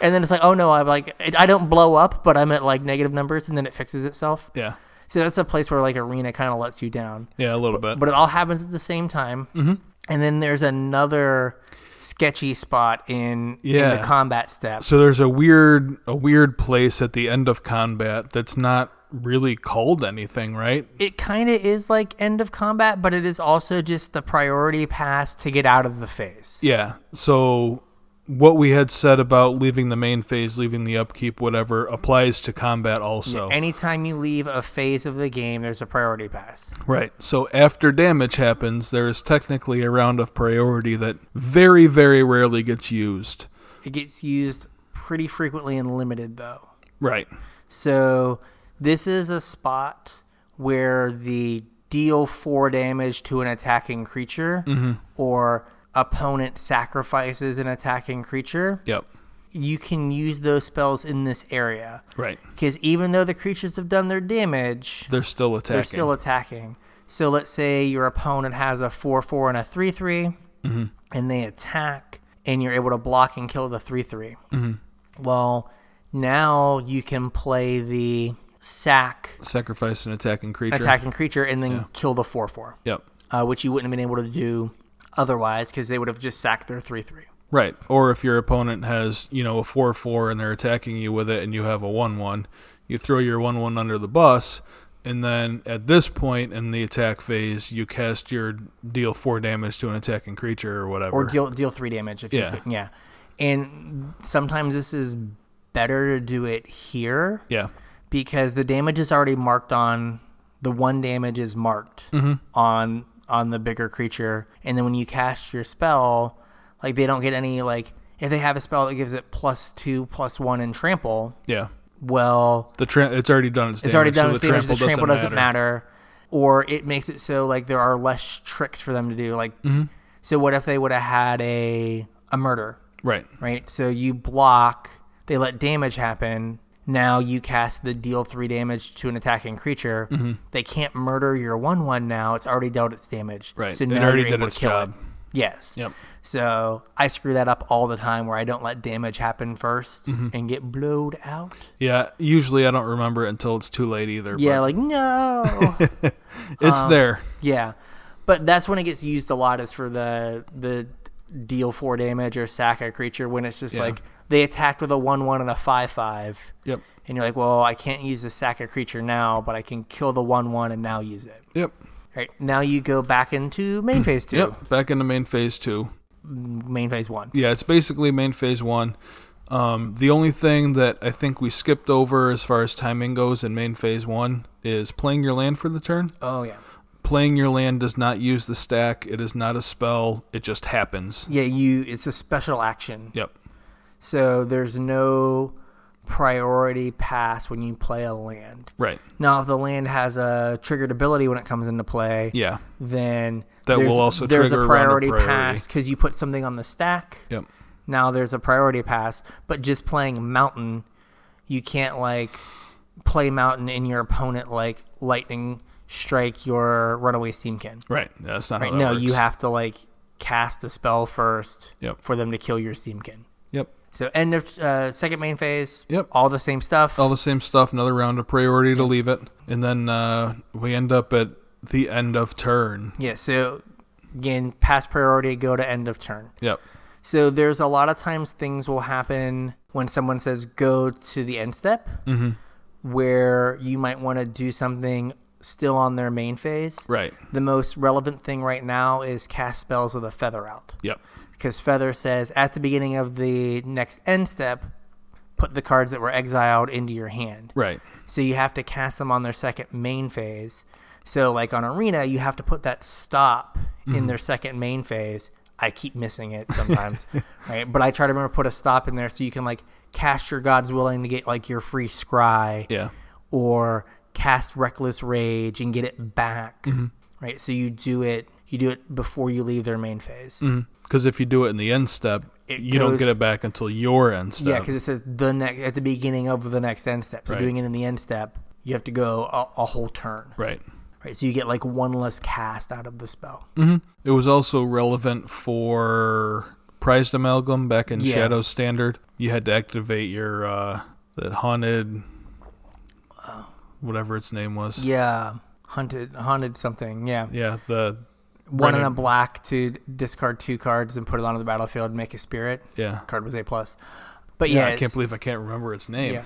S1: and then it's like, oh no, I'm like, it, I don't blow up, but I'm at like negative numbers. And then it fixes itself.
S2: Yeah.
S1: So that's a place where like Arena kind of lets you down.
S2: Yeah, a little bit.
S1: but it all happens at the same time. Mm-hmm. And then there's another sketchy spot in, in
S2: Yeah.
S1: the combat step.
S2: So there's a weird a weird place at the end of combat that's not really called anything, right?
S1: It kind of is like end of combat, but it is also just the priority pass to get out of the phase.
S2: Yeah. So what we had said about leaving the main phase, leaving the upkeep, whatever, applies to combat also.
S1: Anytime you leave a phase of the game, there's a priority pass.
S2: right. So after damage happens, there is technically a round of priority that very, very rarely gets used.
S1: It gets used pretty frequently and limited, though.
S2: Right.
S1: So this is a spot where the deal four damage to an attacking creature or opponent sacrifices an attacking creature.
S2: Yep.
S1: You can use those spells in this area
S2: Right.
S1: because even though the creatures have done their damage,
S2: They're still attacking.
S1: they're still attacking. So let's say your opponent has a 4 4 and a 3 3,
S2: Mm-hmm.
S1: and they attack, and you're able to block and kill the 3 3.
S2: Mm-hmm.
S1: Well, now you can play the sack
S2: Sacrifice an attacking creature.
S1: attacking creature and then kill the 4 4,
S2: Yep.
S1: uh, which you wouldn't have been able to do otherwise because they would have just sacked their 3 3.
S2: Right. Or if your opponent has, you know, a 4 4 and they're attacking you with it and you have a 1 1, you throw your 1 1 under the bus. And then at this point in the attack phase, you cast your deal 4 damage to an attacking creature or whatever.
S1: Or deal, deal 3 damage if
S2: Yeah.
S1: you could. Yeah. And sometimes this is better to do it here.
S2: yeah.
S1: because the damage is already marked on the one damage is marked on on the bigger creature and then when you cast your spell like they don't get any like if they have a spell that gives it plus two plus one in trample
S2: Yeah.
S1: well
S2: The tra- it's already done its damage.
S1: it's already done
S2: so
S1: its damage the trample doesn't, matter. or it makes it so like there are less tricks for them to do like so what if they would have had a a murder
S2: Right.
S1: right? So you block, they let damage happen. Now you cast the deal three damage to an attacking creature.
S2: Mm-hmm.
S1: They can't murder your one one now. It's already dealt its damage.
S2: Right.
S1: So
S2: It
S1: now
S2: already
S1: you're
S2: did
S1: able
S2: its
S1: to kill
S2: job.
S1: It. Yes.
S2: Yep.
S1: So I screw that up all the time where I don't let damage happen 1st
S2: Mm-hmm.
S1: and get blowed out.
S2: Yeah. Usually I don't remember it until it's too late either.
S1: Yeah, um, like no.
S2: But it's there.
S1: Yeah, but that's when it gets used a lot is for the the deal four damage or sack a creature when it's just
S2: Yeah.
S1: like they attacked with a one one and a five five.
S2: Yep.
S1: And you're like, well, I can't use the sack a creature now, but I can kill the one one and now use it.
S2: Yep.
S1: Right now, you go back into main
S2: Mm.
S1: phase two,
S2: Yep. Back into main phase two.
S1: main phase one.
S2: Yeah, it's basically main phase one. Um, the only thing that I think we skipped over as far as timing goes in main phase one is playing your land for the turn.
S1: Oh yeah.
S2: Playing your land does not use the stack. It is not a spell. It just happens.
S1: Yeah, you it's a special action.
S2: Yep.
S1: So there's no priority pass when you play a land.
S2: Right.
S1: Now if the land has a triggered ability when it comes into play,
S2: Yeah.
S1: then
S2: That
S1: there's-
S2: will also
S1: there's
S2: trigger
S1: a
S2: around a
S1: priority,
S2: priority.
S1: pass because you put something on the stack.
S2: Yep.
S1: Now there's a priority pass, but just playing mountain, you can't like play mountain and your opponent like lightning strike your runaway steamkin.
S2: Right. Yeah, that's not how that
S1: No,
S2: works.
S1: you have to like cast a spell first
S2: Yep.
S1: for them to kill your steamkin.
S2: Yep.
S1: So end of uh, second main phase.
S2: Yep. Oh.
S1: All the same stuff.
S2: all the same stuff, another round of priority to leave it. And then uh, we end up at the end of turn.
S1: Yeah. So again, pass priority, go to end of turn.
S2: Yep.
S1: So there's a lot of times things will happen when someone says go to the end step, where you might want to do something still on their main phase.
S2: Right.
S1: The most relevant thing right now is cast spells with a feather out.
S2: Yep.
S1: Because Feather says at the beginning of the next end step, put the cards that were exiled into your hand.
S2: Right.
S1: So you have to cast them on their second main phase. So, like on Arena, you have to put that stop
S2: Mm-hmm.
S1: in their second main phase. I keep missing it sometimes, right? But I try to remember to put a stop in there so you can like cast your God's Willing to get like your free scry
S2: Yeah.
S1: or cast reckless rage and get it back,
S2: Mm-hmm.
S1: right? So you do it you do it before you leave their main phase.
S2: Mm-hmm. Because if you do it in the end step,
S1: It
S2: you don't
S1: goes-
S2: get it back until your end
S1: Yeah,
S2: step.
S1: because it says the next at the beginning of the next end step. So
S2: Right.
S1: doing it in the end step, you have to go a, a whole turn,
S2: right.
S1: right? So you get like one less cast out of the spell.
S2: It was also relevant for prized amalgam back in
S1: Yeah.
S2: Shadow Standard. You had to activate your uh, that haunted, whatever its name was.
S1: Yeah, hunted, haunted something. Yeah,
S2: Yeah, the
S1: one in
S2: Brennan-
S1: a black to discard two cards and put it onto the battlefield and make a spirit.
S2: yeah.
S1: Card was a plus, but yeah,
S2: Yeah, I
S1: it's-
S2: can't believe I can't remember its name.
S1: Yeah.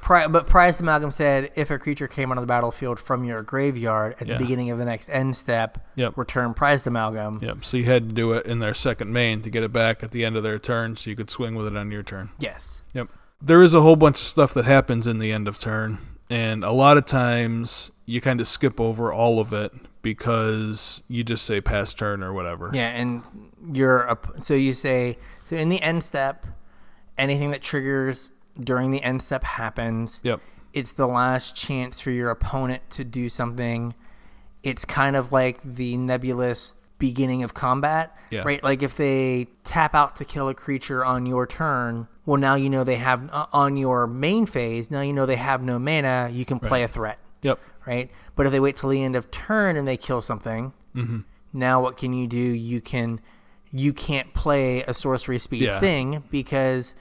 S1: Pri- but Prize Amalgam said if a creature came onto the battlefield from your graveyard at
S2: Yeah.
S1: the beginning of the next end step,
S2: Yep.
S1: return Prize Amalgam.
S2: Yep. So you had to do it in their second main to get it back at the end of their turn, so you could swing with it on your turn.
S1: Yes.
S2: Yep. There is a whole bunch of stuff that happens in the end of turn, and a lot of times you kind of skip over all of it because you just say pass turn or whatever.
S1: Yeah, and you're up, so you say so in the end step, anything that triggers during the end step happens.
S2: Yep.
S1: It's the last chance for your opponent to do something. It's kind of like the nebulous beginning of combat,
S2: Yeah.
S1: right? Like if they tap out to kill a creature on your turn, well now you know they have uh, on your main phase. Now you know they have no mana. You can play a threat
S2: Yep.
S1: right? But if they wait till the end of turn and they kill something,
S2: Mm-hmm.
S1: now what can you do? You can you can't play a sorcery speed
S2: Yeah.
S1: thing because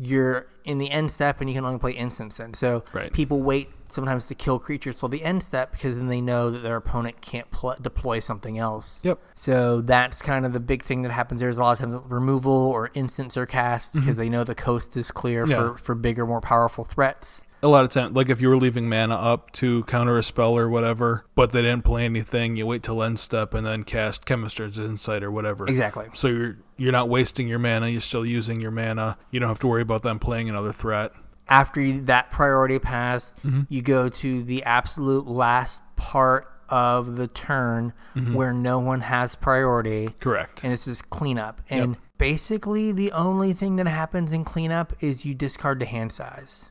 S1: you're in the end step and you can only play instants. And so
S2: Right.
S1: people wait sometimes to kill creatures till the end step because then they know that their opponent can't pl- deploy something else.
S2: Yep.
S1: So that's kind of the big thing that happens. There's a lot of times removal or instants are cast because they know the coast is clear
S2: Mm-hmm. Yeah.
S1: for, for bigger, more powerful threats.
S2: A lot of times, like if you were leaving mana up to counter a spell or whatever, but they didn't play anything, you wait till end step and then cast Chemist's Insight or whatever.
S1: Exactly.
S2: So you're you're not wasting your mana. You're still using your mana. You don't have to worry about them playing another threat.
S1: after that priority pass,
S2: Mm-hmm.
S1: you go to the absolute last part of the turn
S2: Mm-hmm.
S1: where no one has priority.
S2: Correct.
S1: And it's just cleanup. And basically, the only thing that happens in cleanup is you discard the hand size.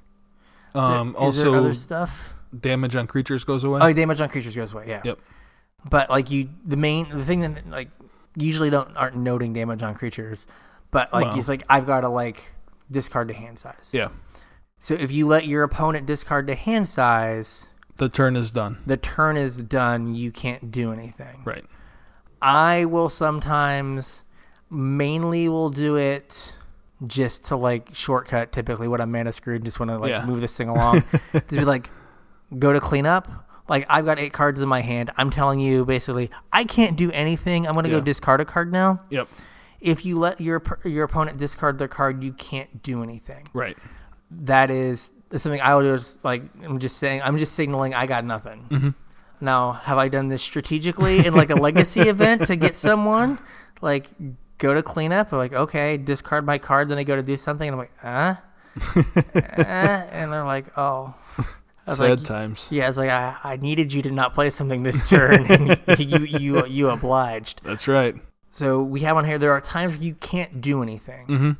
S2: Um,
S1: is there
S2: also,
S1: other stuff?
S2: damage on creatures goes away.
S1: Oh, damage on creatures goes away. Yeah.
S2: Yep.
S1: But like you, the main, the thing that like usually don't aren't noting damage on creatures, but like
S2: Well.
S1: it's like I've got to like discard the hand size.
S2: yeah,
S1: So if you let your opponent discard the hand size,
S2: the turn is done.
S1: the turn is done, you can't do anything.
S2: Right.
S1: I will sometimes mainly will do it just to like shortcut typically when I'm mana screwed, just want to like
S2: Yeah.
S1: move this thing along. just be like, go to cleanup. Like I've got eight cards in my hand. I'm telling you basically, I can't do anything. I'm gonna
S2: Yeah.
S1: go discard a card now.
S2: Yep.
S1: If you let your op- your opponent discard their card, you can't do anything.
S2: Right.
S1: That is that's something I would just like. I'm just saying. I'm just signaling I got nothing.
S2: Mm-hmm.
S1: Now, have I done this strategically in like a legacy event to get someone? Like, go to cleanup. They're like, okay, discard my card. Then I go to do something, and I'm like, huh? Eh? And they're like, oh. I was
S2: Sad
S1: like,
S2: times.
S1: yeah, it's like I, I needed you to not play something this turn, and you, you you obliged.
S2: That's right.
S1: So we have on here. There are times you can't do anything.
S2: Mm-hmm.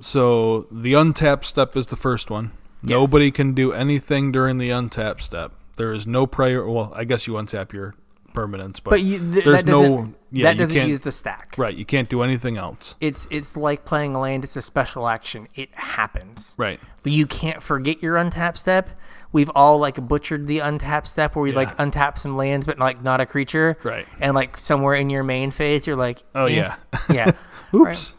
S2: So the untap step is the first one. Nobody can do anything during the untap step. There is no prior. Well, I guess you untap your permanents, but,
S1: But you, th-
S2: there's
S1: that
S2: no.
S1: doesn't,
S2: yeah,
S1: that doesn't
S2: you can't.
S1: use the stack.
S2: right, you can't do anything else.
S1: It's it's like playing a land. It's a special action. It happens.
S2: Right.
S1: You can't forget your untap step. We've all like butchered the untap step where we like
S2: Yeah.
S1: untap some lands, but like not a creature.
S2: Right.
S1: And like somewhere in your main phase, you're like,
S2: Oh
S1: eh,
S2: yeah.
S1: yeah.
S2: Oops.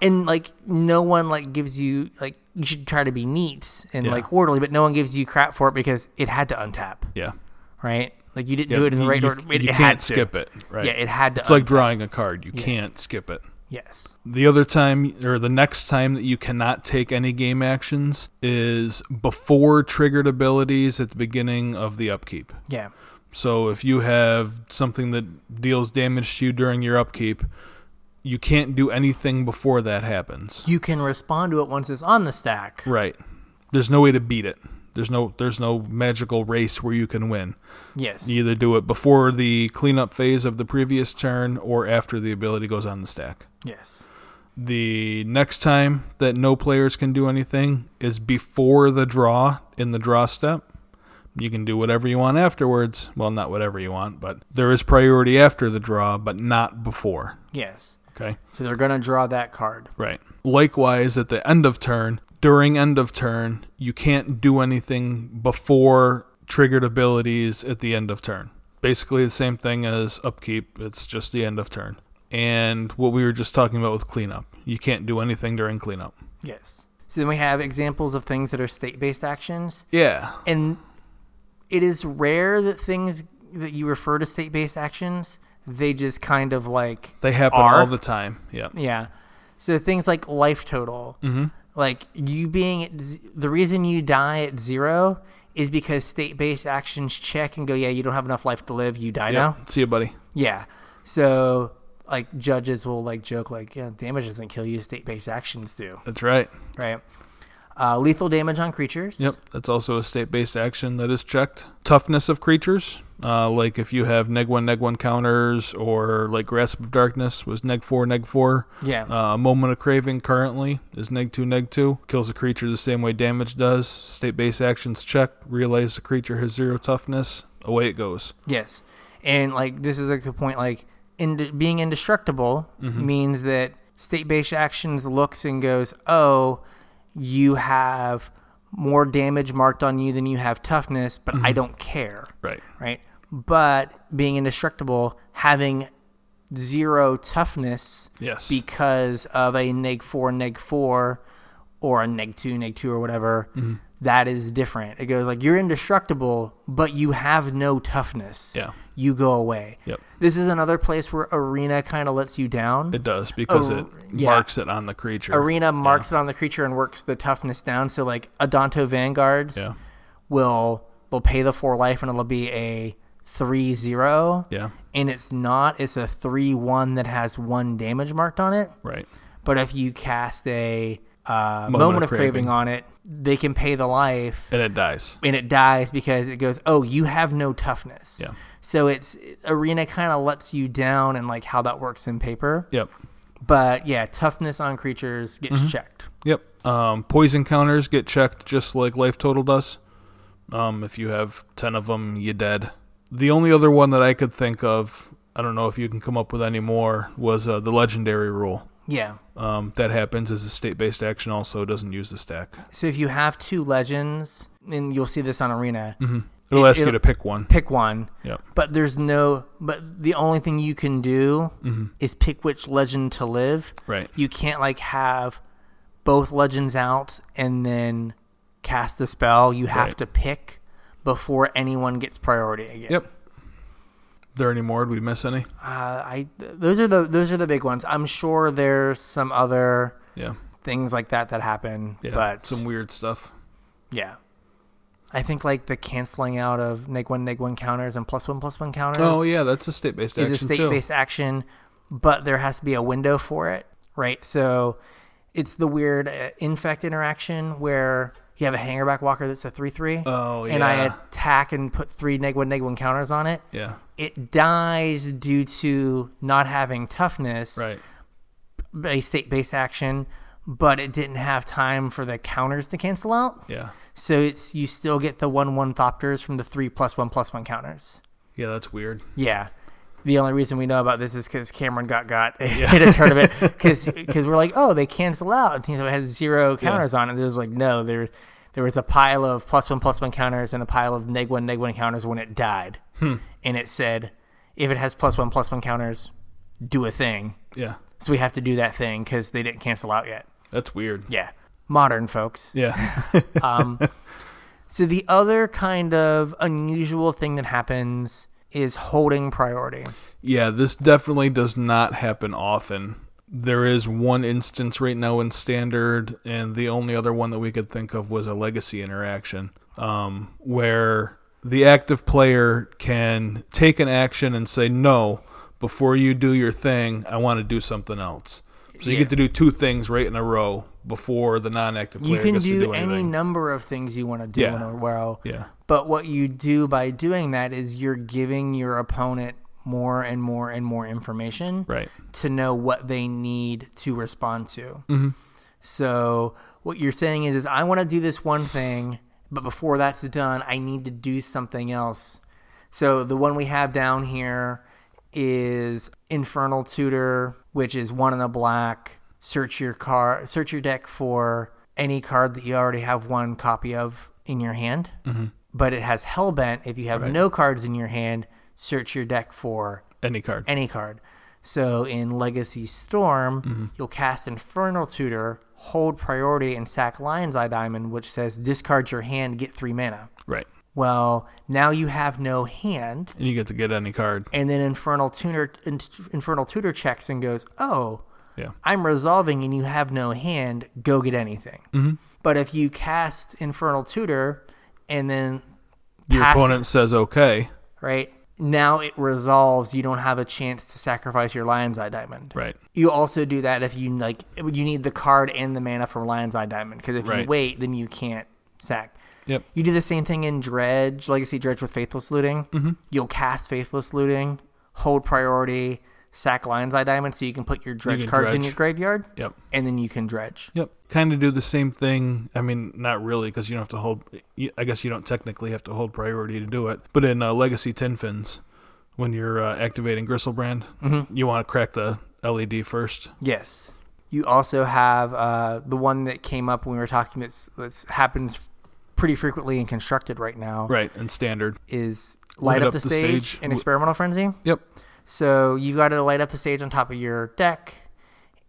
S1: And like no one like gives you like you should try to be neat and
S2: Yeah.
S1: like orderly, but no one gives you crap for it because it had to untap,
S2: Yeah.
S1: right? Like you didn't
S2: yeah.
S1: do it in the
S2: you-
S1: right
S2: you,
S1: order. It,
S2: you
S1: it
S2: can't
S1: had to.
S2: skip it. Right.
S1: Yeah, it had to.
S2: it's like drawing a card. You can't skip it.
S1: yes.
S2: The other time, or the next time that you cannot take any game actions is before triggered abilities at the beginning of the upkeep.
S1: Yeah.
S2: So if you have something that deals damage to you during your upkeep, you can't do anything before that happens.
S1: You can respond to it once it's on the stack.
S2: Right. There's no way to beat it. There's no there's no magical race where you can win.
S1: Yes.
S2: You either do it before the cleanup phase of the previous turn or after the ability goes on the stack.
S1: Yes.
S2: The next time that no players can do anything is before the draw in the draw step. You can do whatever you want afterwards. Well, not whatever you want, but there is priority after the draw, but not before.
S1: Yes.
S2: Okay?
S1: So they're gonna draw that card.
S2: Right. Likewise, at the end of turn, during end of turn, you can't do anything before triggered abilities at the end of turn. Basically, the same thing as upkeep, it's just the end of turn. And what we were just talking about with cleanup you can't do anything during cleanup.
S1: Yes. So then we have examples of things that are state-based actions,
S2: Yeah.
S1: and it is rare that things that you refer to state-based actions they just kind of like
S2: They happen
S1: are.
S2: all the time. Yeah.
S1: Yeah. So things like life total, like you being at z- the reason you die at zero is because state-based actions check and go, yeah, you don't have enough life to live, you die now.
S2: Yep. See you, buddy.
S1: Yeah. So like judges will like joke like, yeah, damage doesn't kill you, state based actions do.
S2: That's right.
S1: Right. Uh, lethal damage on creatures.
S2: Yep. That's also a state based action that is checked. Toughness of creatures. Uh, like if you have neg one, neg one counters, or like Grasp of Darkness was neg four, neg four.
S1: Yeah.
S2: Uh, Moment of Craving currently is neg two, neg two. Kills a creature the same way damage does. State based actions check. Realize the creature has zero toughness. Away it goes.
S1: Yes. And like this is a good point. Like in, being indestructible
S2: Mm-hmm.
S1: means that state based actions looks and goes, oh, you have more damage marked on you than you have toughness, but
S2: Mm-hmm.
S1: I don't care.
S2: Right.
S1: right? But being indestructible, having zero toughness
S2: Yes.
S1: because of a neg four, neg four, or a neg two, neg two, or whatever,
S2: Mm-hmm.
S1: that is different. It goes like you're indestructible, but you have no toughness.
S2: Yeah.
S1: You go away.
S2: Yep.
S1: This is another place where arena kind of lets you down.
S2: It does because
S1: Ar-
S2: it
S1: Oh, yeah.
S2: marks it on the creature.
S1: arena marks it on the creature and works the toughness down. So like Adanto Vanguards
S2: Yeah.
S1: will they'll pay the four life and it'll be a three zero.
S2: Yeah.
S1: And it's not, it's a three one that has one damage marked on it.
S2: Right.
S1: But if you cast a uh, moment,
S2: of
S1: of craving.
S2: Craving.
S1: on it, they can pay the life
S2: And it dies.
S1: and it dies because it goes, Oh, you have no toughness.
S2: Yeah.
S1: So it's arena kinda lets you down and like how that works in paper.
S2: Yep.
S1: But yeah, toughness on creatures gets checked.
S2: Yep. Um, poison counters get checked just like life total does. Um, if you have 10 of them, you dead. The only other one that I could think of, I don't know if you can come up with any more, was uh, the legendary rule.
S1: Yeah.
S2: Um, that happens as a state based action, also doesn't use the stack.
S1: So if you have two legends, and you'll see this on Arena,
S2: It'll ask you
S1: it'll-
S2: to pick one.
S1: pick one.
S2: Yep.
S1: But there's no. But the only thing you can do is pick which legend to live.
S2: Mm-hmm. Right.
S1: You can't like have both legends out and then cast the spell. You have
S2: Right.
S1: to pick before anyone gets priority again.
S2: Yep. There any more? Did we miss any?
S1: Uh, I th- those are the those are the big ones. I'm sure there's some other
S2: Yeah.
S1: things like that that happen,
S2: yeah.
S1: but
S2: Some weird stuff.
S1: Yeah. I think like the canceling out of neg one neg one counters and plus one plus one counters
S2: Oh, yeah. That's a state based
S1: is
S2: action.
S1: a state
S2: too.
S1: based action, but there has to be a window for it, right? So it's the weird uh, infect interaction where you have a hangerback walker that's a 3 3.
S2: Oh,
S1: And I
S2: yeah.
S1: attack and put three neg one, neg one counters on it.
S2: Yeah.
S1: It dies due to not having toughness,
S2: Right.
S1: a state based action, but it didn't have time for the counters to cancel out.
S2: Yeah.
S1: So it's you still get the one one thopters from the three plus one plus one counters.
S2: Yeah, that's weird.
S1: Yeah. The only reason we know about this is because Cameron got got hit his heard of it because we're like, oh, they cancel out. And so it has zero counters on it. There's like, no, there, there was a pile of plus one plus one counters and a pile of neg one neg one counters when it died. And it said, if it has plus one plus one counters, do a thing.
S2: Yeah.
S1: So we have to do that thing because they didn't cancel out yet.
S2: That's weird.
S1: Yeah, modern folks.
S2: Yeah.
S1: So the other kind of unusual thing that happens is holding priority.
S2: Yeah, this definitely does not happen often. There is one instance right now in standard, and the only other one that we could think of was a legacy interaction, um, where the active player can take an action and say, No, before you do your thing, I want to do something else. So you
S1: Yeah.
S2: get to do two things right in a row before the non active player
S1: You can
S2: gets to
S1: do
S2: do
S1: any
S2: anything.
S1: number of things you want to do
S2: Yeah.
S1: in a row.
S2: yeah.
S1: But what you do by doing that is you're giving your opponent more and more and more information
S2: Right.
S1: to know what they need to respond to. So what you're saying is, is I want to do this one thing, but before that's done, I need to do something else. So the one we have down here is Infernal Tutor, which is one in a black. Search your car, search your deck for any card that you already have one copy of in your hand. But it has Hellbent. If you have no cards in your hand, search your deck for
S2: Any card.
S1: any card. So in Legacy Storm,
S2: Mm-hmm.
S1: you'll cast Infernal Tutor, hold priority, and sack Lion's Eye Diamond, which says discard your hand, get three mana.
S2: right.
S1: Well, now you have no hand,
S2: And you get to get any card.
S1: and then Infernal Tutor, In- Infernal Tutor checks and goes, oh,
S2: Yeah.
S1: I'm resolving and you have no hand, go get anything.
S2: Mm-hmm.
S1: But if you cast Infernal Tutor and then
S2: Your
S1: pass it-
S2: opponent says, Okay.
S1: right? Now it resolves. You don't have a chance to sacrifice your Lion's Eye Diamond.
S2: Right.
S1: You also do that if you like. You need the card and the mana for Lion's Eye Diamond because if you
S2: Right.
S1: wait, then you can't sack.
S2: Yep.
S1: You do the same thing in Dredge, Legacy Dredge with Faithless Looting. Mm-hmm. You'll cast Faithless Looting, hold priority, sack Lion's Eye Diamond, so you can put your Dredge
S2: can
S1: cards in
S2: dredge.
S1: your graveyard,
S2: Yep.
S1: and then you can Dredge.
S2: Yep. Kind of do the same thing. I mean, not really, because you don't have to hold. you- I guess you don't technically have to hold priority to do it. But in uh, Legacy Tinfins, when you're uh, activating Gristlebrand,
S1: Mm-hmm.
S2: you want to crack the LED first.
S1: Yes. You also have uh, the one that came up when we were talking that's, that's happens pretty frequently and constructed right now
S2: Right. And standard.
S1: is light, up, the, stage,
S2: stage.
S1: in
S2: Wh-
S1: experimental frenzy.
S2: Yep.
S1: So you've got to light up the stage on top of your deck,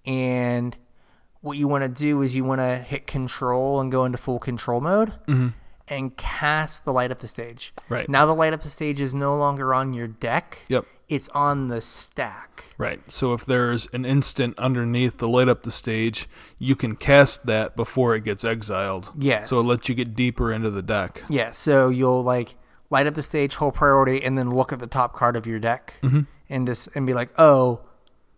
S1: and what you want to do is you want to hit control and go into full control mode. And cast the light up the stage.
S2: Mm-hmm. Right.
S1: Now, the light up the stage is no longer on your deck.
S2: Yep.
S1: It's on the stack.
S2: Right. So if there's an instant underneath the light up the stage, you can cast that before it gets exiled.
S1: Yes.
S2: So it lets you get deeper into the deck.
S1: Yeah, so you'll like light up the stage, hold priority, and then look at the top card of your deck
S2: Mm-hmm.
S1: and just and be like, "Oh,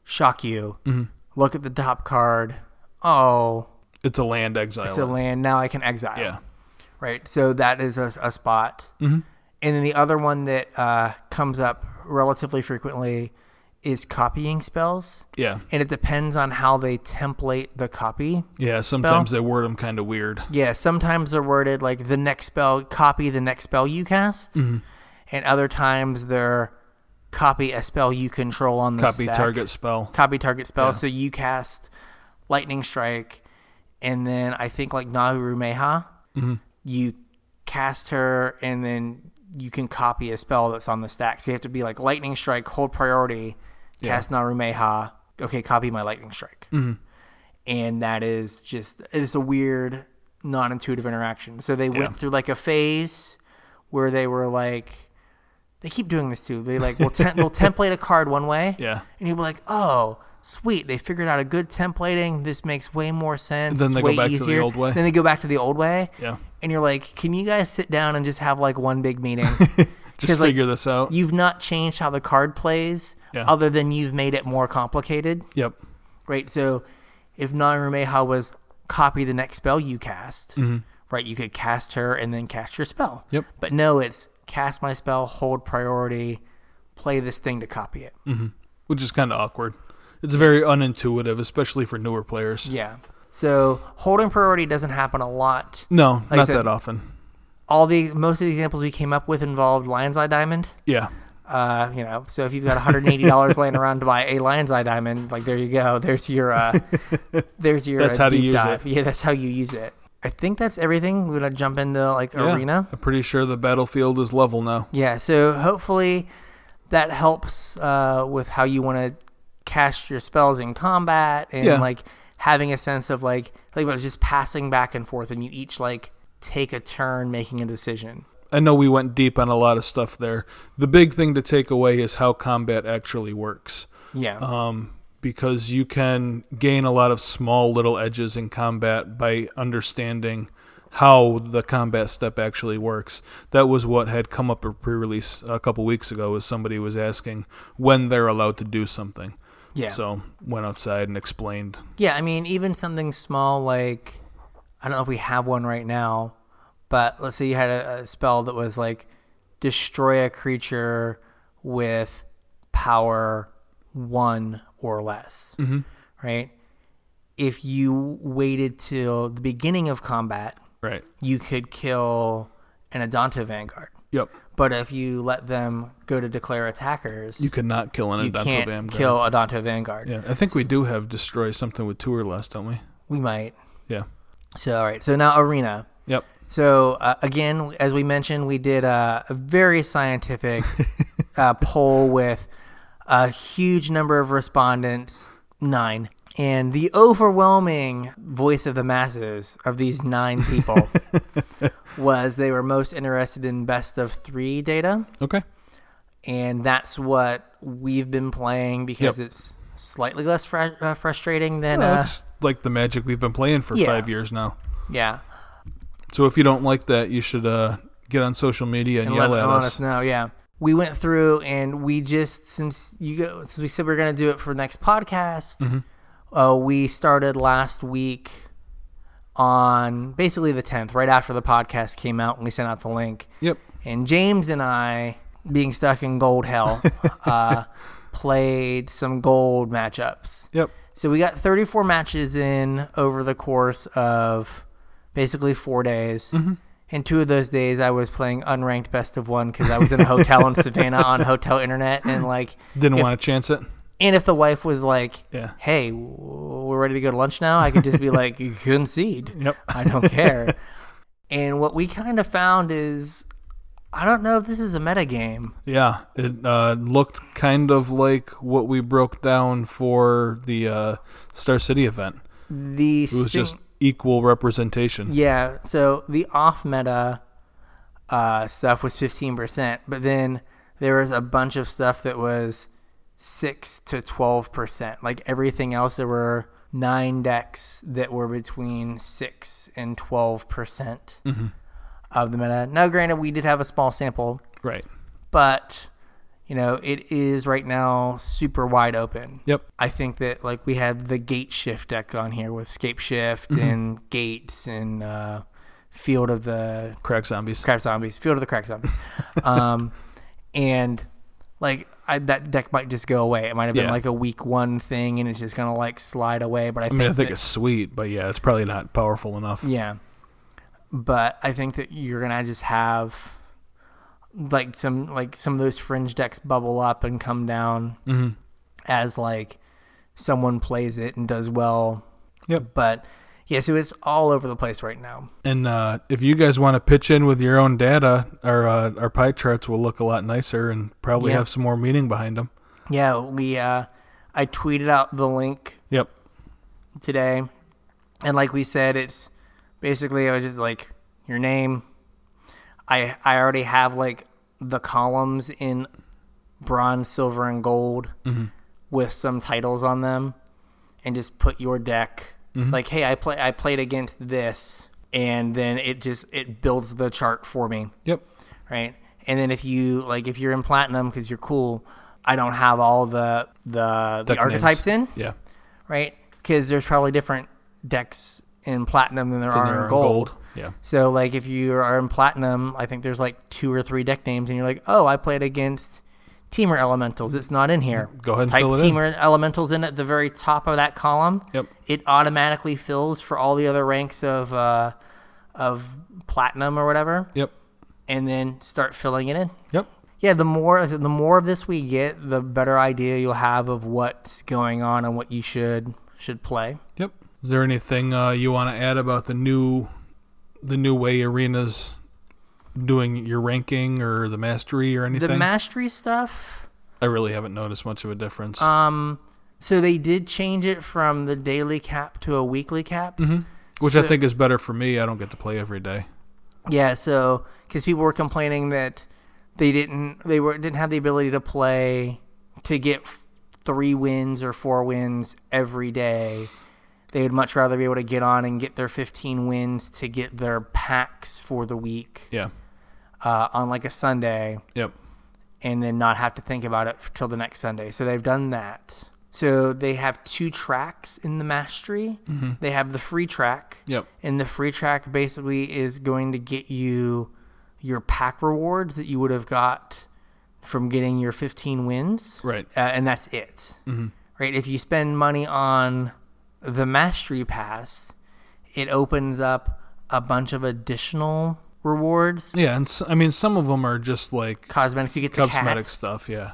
S1: shock you!
S2: Mm-hmm.
S1: Look at the top card. Oh,
S2: It's a land exile.
S1: it's a land. Now I can exile."
S2: yeah.
S1: right. So that is a, a spot. Mm-hmm. And then the other one that uh, comes up relatively frequently is copying spells,
S2: Yeah.
S1: and it depends on how they template the copy.
S2: Yeah. Sometimes they word them kind of weird.
S1: Yeah, sometimes they're worded like the next spell, copy the next spell you cast,
S2: Mm-hmm.
S1: and other times they're copy a spell you control on the
S2: Copy
S1: stack.
S2: target spell.
S1: copy target spell. So you cast lightning strike, and then I think like Nauru Meha, you cast her, and then you can copy a spell that's on the stack. So you have to be like lightning strike, hold priority, cast Naru Meha. Okay, copy my lightning strike and that is just it's a weird non-intuitive interaction so they went through like a phase where they were like they keep doing this too they like will tem- they'll template a card one way
S2: Yeah.
S1: and you'll be like oh sweet they figured out a good templating this makes way more sense
S2: Then
S1: it's
S2: they go
S1: way
S2: back to the
S1: easier
S2: old way.
S1: then they go back to the old way
S2: Yeah.
S1: and you're like can you guys sit down and just have like one big meeting
S2: Just
S1: like,
S2: figure this out.
S1: You've not changed how the card plays,
S2: Yeah.
S1: other than you've made it more complicated,
S2: yep.
S1: right? So, if Narumeha was copy the next spell you cast, right? You could cast her and then cast your spell.
S2: Yep.
S1: But no, it's cast my spell, hold priority, play this thing to copy it.
S2: Which is kind of awkward. It's very unintuitive, especially for newer players.
S1: Yeah. So holding priority doesn't happen a lot.
S2: No,
S1: I
S2: not
S1: said-
S2: that often.
S1: All the most of the examples we came up with involved lion's eye diamond.
S2: Yeah.
S1: Uh, you know, so if you've got 180 dollars laying around to buy a lion's eye diamond, like there you go. There's your uh, there's your
S2: That's
S1: uh,
S2: how to
S1: deep
S2: use it.
S1: dive. Yeah, that's how you use it. I think that's everything. We're gonna jump into like
S2: Yeah.
S1: arena.
S2: I'm pretty sure the battlefield is level now.
S1: Yeah. So hopefully that helps uh, with how you want to cast your spells in combat and
S2: Yeah.
S1: like having a sense of like like about just passing back and forth and you each like take a turn making a decision.
S2: I know we went deep on a lot of stuff there. The big thing to take away is how combat actually works.
S1: Yeah.
S2: um, because you can gain a lot of small little edges in combat by understanding how the combat step actually works. That was what had come up at pre-release a couple weeks ago, was somebody was asking when they're allowed to do something.
S1: yeah.
S2: So went outside and explained.
S1: Yeah, I mean, even something small like I don't know if we have one right now, but let's say you had a, a spell that was like destroy a creature with power one or less, mm-hmm. right? If you waited till the beginning of combat,
S2: Right.
S1: you could kill an Adanta Vanguard.
S2: Yep.
S1: But if you let them go to declare attackers,
S2: You could not kill an
S1: you
S2: Adonto
S1: can't
S2: Vanguard.
S1: kill Adanta Vanguard.
S2: Yeah, I think we do have destroy something with two or less, don't we?
S1: We might.
S2: Yeah.
S1: So, all right. So now arena.
S2: Yep.
S1: So uh, again, as we mentioned, we did uh, a very scientific uh, poll with a huge number of respondents, nine, and the overwhelming voice of the masses of these nine people was they were most interested in best of three data,
S2: Okay.
S1: and that's what we've been playing because
S2: Yep.
S1: it's slightly less fra- uh, frustrating than
S2: Well,
S1: uh,
S2: that's like the magic we've been playing for
S1: Yeah.
S2: five years now.
S1: yeah.
S2: So if you don't like that, you should uh, get on social media and,
S1: and let,
S2: yell at
S1: let
S2: us.
S1: us know. Yeah, we went through and we just since you go since we said we are gonna do it for next podcast,
S2: Mm-hmm.
S1: uh, we started last week on basically the tenth, right after the podcast came out, and we sent out the link.
S2: Yep.
S1: And James and I, being stuck in gold hell, uh, played some gold matchups.
S2: Yep.
S1: So we got 34 matches in over the course of basically four days.
S2: Mm-hmm.
S1: And two of those days, I was playing unranked best of one because I was in a hotel in Savannah on hotel internet, and like,
S2: Didn't
S1: If-
S2: want to chance it.
S1: and if the wife was like,
S2: Yeah.
S1: "Hey, w- we're ready to go to lunch now," I could just be like, "Concede."
S2: Yep.
S1: I don't care. and what we kind of found is, I don't know if this is a meta game.
S2: Yeah. It uh, looked kind of like what we broke down for the uh, Star City event.
S1: The
S2: It was
S1: sing-
S2: just equal representation.
S1: Yeah, so the off meta uh, stuff was 15%, but then there was a bunch of stuff that was 6 to 12%. Like everything else, there were nine decks that were between 6 and 12% percent of the meta. Now, granted, we did have a small sample,
S2: Right.
S1: but, you know, it is right now super wide open.
S2: Yep.
S1: I think that like we had the gate shift deck on here with scape shift
S2: Mm-hmm.
S1: and gates and uh, field of the
S2: Crack zombies.
S1: crap zombies, field of the crack zombies, um, and like I, that deck might just go away. It might have been
S2: Yeah.
S1: like a week one thing, and it's just gonna like slide away. But I,
S2: I
S1: think,
S2: mean, I think
S1: that-
S2: it's sweet, but yeah, it's probably not powerful enough.
S1: yeah, but I think that you're gonna just have like some like some of those fringe decks bubble up and come down
S2: Mhm.
S1: as like someone plays it and does well.
S2: Yep.
S1: But yeah, so it's all over the place right now.
S2: And uh, if you guys want to pitch in with your own data, our uh, our pie charts will look a lot nicer and probably
S1: Yeah.
S2: have some more meaning behind them.
S1: Yeah, we uh I tweeted out the link
S2: Yep.
S1: today. And like we said, it's basically I was just like your name. I I already have like the columns in bronze, silver, and gold
S2: Mm-hmm.
S1: with some titles on them, and just put your deck.
S2: Mm-hmm.
S1: Like, hey, I play I played against this, and then it just it builds the chart for me.
S2: Yep.
S1: right? And then if you like, if you're in platinum because you're cool, I don't have all the the, the
S2: Deck names.
S1: archetypes in,
S2: Yeah.
S1: right? Because there's probably different decks in platinum than there are
S2: They're
S1: in
S2: in
S1: gold.
S2: Yeah.
S1: So like if you are in platinum, I think there's like two or three deck names, and you're like, oh, I played against Teamer Elementals. It's not in here.
S2: Go ahead and
S1: Type
S2: fill it in.
S1: Teamer Elementals in at the very top of that column.
S2: Yep.
S1: It automatically fills for all the other ranks of uh, of platinum or whatever,
S2: Yep.
S1: and then start filling it in.
S2: Yep.
S1: Yeah, the more the more of this we get, the better idea you'll have of what's going on and what you should should play.
S2: Yep. Is there anything uh, you want to add about the new, the new way arenas doing your ranking or the mastery or anything?
S1: The mastery stuff.
S2: I really haven't noticed much of a difference.
S1: Um, so they did change it from the daily cap to a weekly cap.
S2: Which I
S1: So-
S2: think is better for me. I don't get to play every day.
S1: Yeah, so because people were complaining that they didn't they were didn't have the ability to play to get f- three wins or four wins every day. They would much rather be able to get on and get their 15 wins to get their packs for the week
S2: Yeah.
S1: uh, on like a Sunday.
S2: Yep.
S1: and then not have to think about it till the next Sunday. So they've done that. So they have two tracks in the mastery.
S2: Mm-hmm.
S1: They have the free track,
S2: Yep.
S1: and the free track basically is going to get you your pack rewards that you would have got from getting your 15 wins,
S2: Right. Mm-hmm.
S1: uh, and that's it. Right? If you spend money on the mastery pass, it opens up a bunch of additional rewards,
S2: Yeah, and s I I mean some of them are just like
S1: cosmetics. You get the
S2: cosmetic
S1: cat.
S2: stuff. Yeah.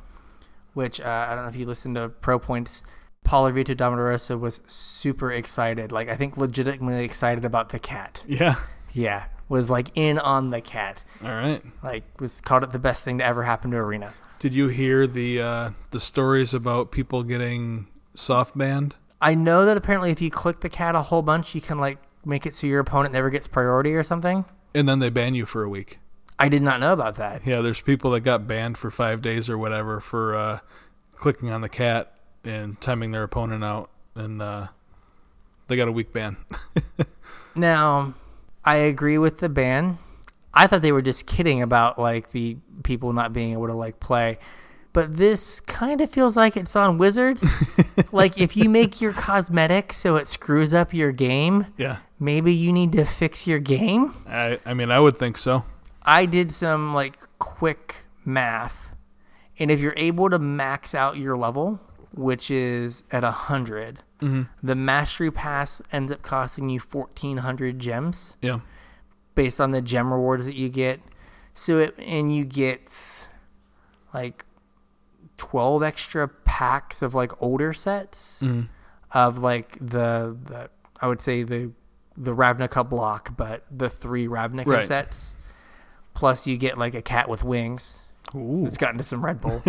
S1: which uh, I don't know if you listened to Pro Points. Paul Rito Domorosa was super excited, like I think legitimately excited about the cat.
S2: Yeah.
S1: Yeah, was like in on the cat.
S2: All right.
S1: Like was called it the best thing to ever happen to Arena.
S2: Did you hear the uh, the stories about people getting soft banned?
S1: I know that apparently if you click the cat a whole bunch, you can like make it so your opponent never gets priority or something.
S2: and then they ban you for a week.
S1: I did not know about that.
S2: Yeah, there's people that got banned for five days or whatever for uh, clicking on the cat and timing their opponent out, and uh, they got a week ban.
S1: Now, I agree with the ban. I thought they were just kidding about like the people not being able to like play. But this kind of feels like it's on Wizards. like if you make your cosmetic so it screws up your game,
S2: yeah,
S1: maybe you need to fix your game.
S2: I I mean I would think so.
S1: I did some like quick math. And if you're able to max out your level, which is at 100, the mastery pass ends up costing you 1400 gems
S2: Yeah,
S1: based on the gem rewards that you get. So it and you get like twelve extra packs of like older sets
S2: Mm-hmm.
S1: of like the, the I would say the the Ravnica block, but the three Ravnica
S2: Right.
S1: sets. Plus you get like a cat with wings.
S2: Ooh.
S1: It's gotten to some Red Bull.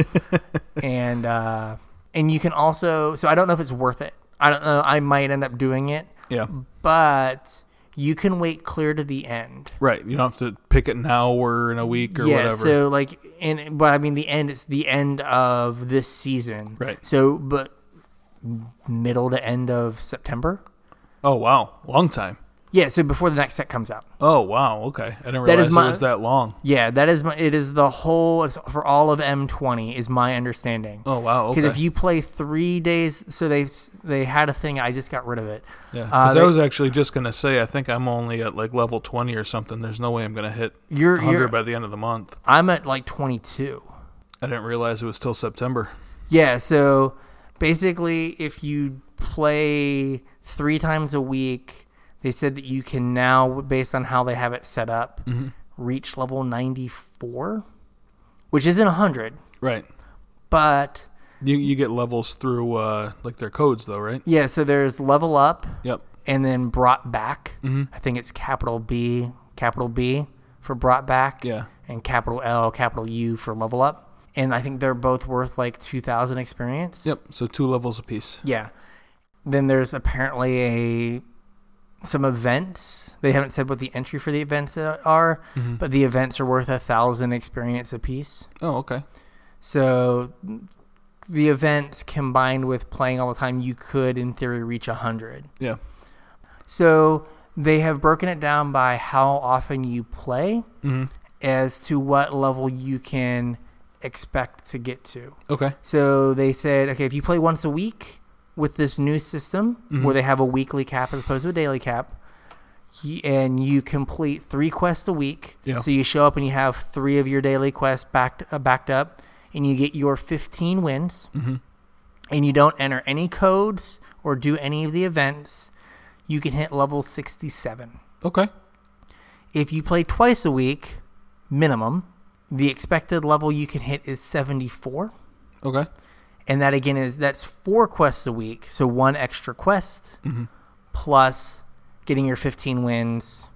S1: and uh, and you can also so I don't know if it's worth it. I don't know. I might end up doing it,
S2: yeah,
S1: but you can wait clear to the end.
S2: right. You don't have to pick it now or in a week or
S1: yeah,
S2: whatever.
S1: so like, and but I mean, the end. It's the end of this season,
S2: Right.
S1: So, but middle to end of September.
S2: oh wow, long time.
S1: Yeah, so before the next set comes out.
S2: Oh wow, okay. I didn't
S1: That
S2: realize
S1: is
S2: it
S1: my-
S2: was that long.
S1: Yeah, that is my. It is the whole it's for all of M twenty is my understanding.
S2: Oh wow, okay.
S1: Because if you play three days, so they s- they had a thing. I just got rid of it.
S2: yeah,
S1: uh,
S2: 'cause I
S1: they-
S2: was actually just gonna say I think I'm only at like level twenty or something. There's no way I'm gonna hit
S1: You're,
S2: 100
S1: you're
S2: by the end of the month.
S1: I'm at like twenty two.
S2: I didn't realize it was till September.
S1: Yeah, so basically, if you play three times a week, they said that you can now, based on how they have it set up, reach level 94, which isn't 100,
S2: Right.
S1: but
S2: You you get levels through uh like their codes though, right?
S1: yeah, so there's level up
S2: Yep.
S1: and then brought back. I think it's capital B, capital B for brought back,
S2: Yeah.
S1: and capital L, capital U for level up. And I think they're both worth like 2,000 experience.
S2: Yep. So two levels apiece.
S1: Yeah. Then there's apparently a some events. They haven't said what the entry for the events are, but the events are worth a thousand experience apiece.
S2: Oh, okay.
S1: So the events combined with playing all the time, you could in theory reach a hundred.
S2: Yeah.
S1: So they have broken it down by how often you play as to what level you can expect to get to.
S2: Okay.
S1: So they said, okay, if you play once a week with this new system where they have a weekly cap as opposed to a daily cap, y- and you complete three quests a week,
S2: Yeah.
S1: so you show up and you have three of your daily quests backed uh, backed up, and you get your 15 wins, and you don't enter any codes or do any of the events, you can hit level 67
S2: Okay.
S1: if you play twice a week minimum the expected level you can hit is 74
S2: Okay.
S1: and that again is that's four quests a week so one extra quest
S2: Mm-hmm.
S1: plus getting your 15 wins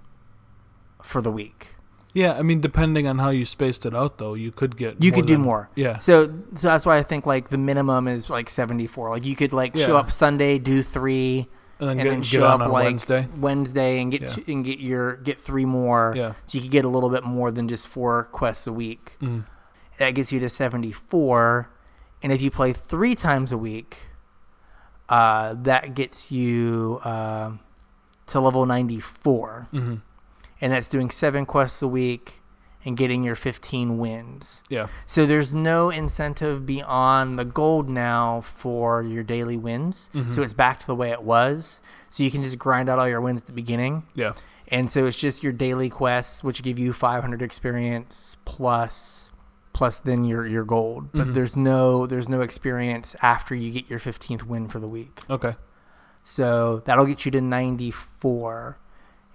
S1: for the week
S2: Yeah, I mean, depending on how you spaced it out, though, you could get
S1: you could do
S2: than-
S1: more
S2: Yeah.
S1: so so that's why i think like the minimum is like 74 like you could like show
S2: Yeah.
S1: up sunday do three
S2: and then
S1: and
S2: get,
S1: then
S2: get
S1: show
S2: on
S1: up
S2: on
S1: like
S2: Wednesday.
S1: Wednesday and get
S2: Yeah.
S1: two, and get your get three more.
S2: Yeah.
S1: So you could get a little bit more than just four quests a week.
S2: Mm.
S1: That gets you to seventy four, and if you play three times a week, uh, that gets you uh, to level ninety
S2: Mhm.
S1: and that's doing seven quests a week and getting your fifteen wins.
S2: Yeah.
S1: So there's no incentive beyond the gold now for your daily wins. So it's back to the way it was. So you can just grind out all your wins at the beginning.
S2: Yeah.
S1: And so it's just your daily quests which give you 500 experience plus plus then your your gold. But there's no there's no experience after you get your 15th win for the week.
S2: Okay.
S1: So that'll get you to 94.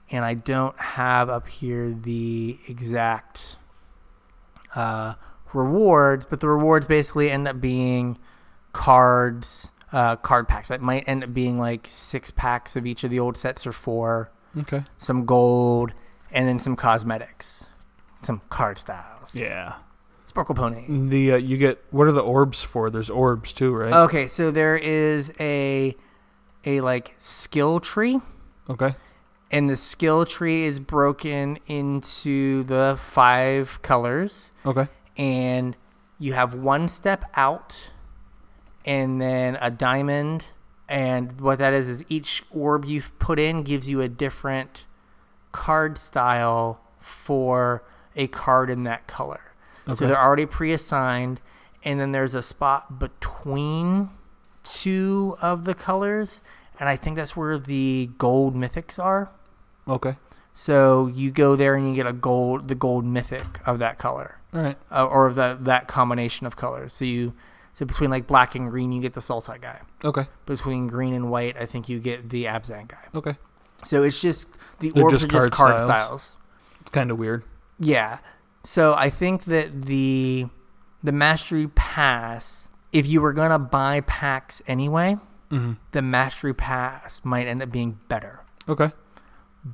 S1: And I don't have up here the exact uh, rewards, but the rewards basically end up being cards, uh, card packs. That might end up being like six packs of each of the old sets or four,
S2: Okay.
S1: some gold, and then some cosmetics, some card styles.
S2: Yeah.
S1: Sparkle Pony.
S2: The uh, you get what are the orbs for? There's orbs too, right?
S1: Okay, so there is a a like skill tree.
S2: okay.
S1: and the skill tree is broken into the five colors
S2: Okay.
S1: and you have one step out and then a diamond and what that is is each orb you've put in gives you a different card style for a card in that color so
S2: Okay.
S1: they're already pre-assigned and then there's a spot between two of the colors and i think that's where the gold mythics are
S2: Okay.
S1: so you go there and you get a gold, the gold mythic of that color,
S2: All right.
S1: uh, or of that that combination of colors. So you, so between like black and green, you get the Sultai guy.
S2: Okay.
S1: Between green and white, I think you get the Abzan guy.
S2: Okay.
S1: So it's just the
S2: They're
S1: orbs
S2: just
S1: are just
S2: card
S1: card
S2: styles.
S1: styles.
S2: It's kind of weird.
S1: Yeah. So I think that the the mastery pass, if you were gonna buy packs anyway,
S2: Mm-hmm.
S1: the mastery pass might end up being better.
S2: Okay.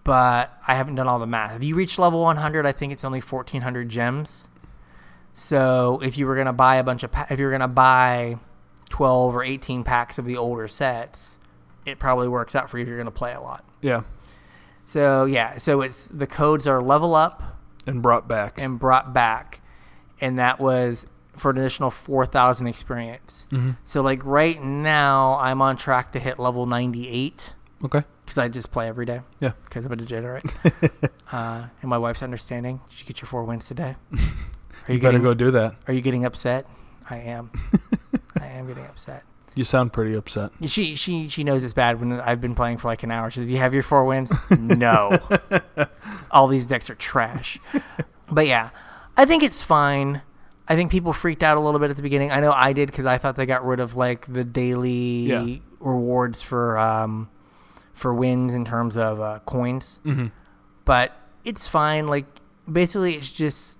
S1: but I haven't done all the math. If you reach level 100, I think it's only 1400 gems. So if you were gonna buy a bunch of, pa- if you were gonna buy 12 or 18 packs of the older sets, it probably works out for you if you're gonna play a lot.
S2: Yeah.
S1: So yeah, so it's the codes are level up
S2: And brought back.
S1: and brought back, and that was for an additional 4,000 experience. So like right now, I'm on track to hit level 98
S2: okay.
S1: because I just play every day.
S2: Yeah.
S1: Because I'm a degenerate. uh, and my wife's understanding. Did you get your four wins today? Are you,
S2: You better
S1: getting,
S2: go do that.
S1: Are you getting upset? I am. I am getting upset.
S2: You sound pretty upset.
S1: She she she knows it's bad when I've been playing for like an hour. She says, "You have your four wins." no, all these decks are trash. But yeah, I think it's fine. I think people freaked out a little bit at the beginning. I know I did because I thought they got rid of like the daily
S2: Yeah.
S1: rewards for um, for wins in terms of uh, coins.
S2: Mhm.
S1: But it's fine. Like basically, it's just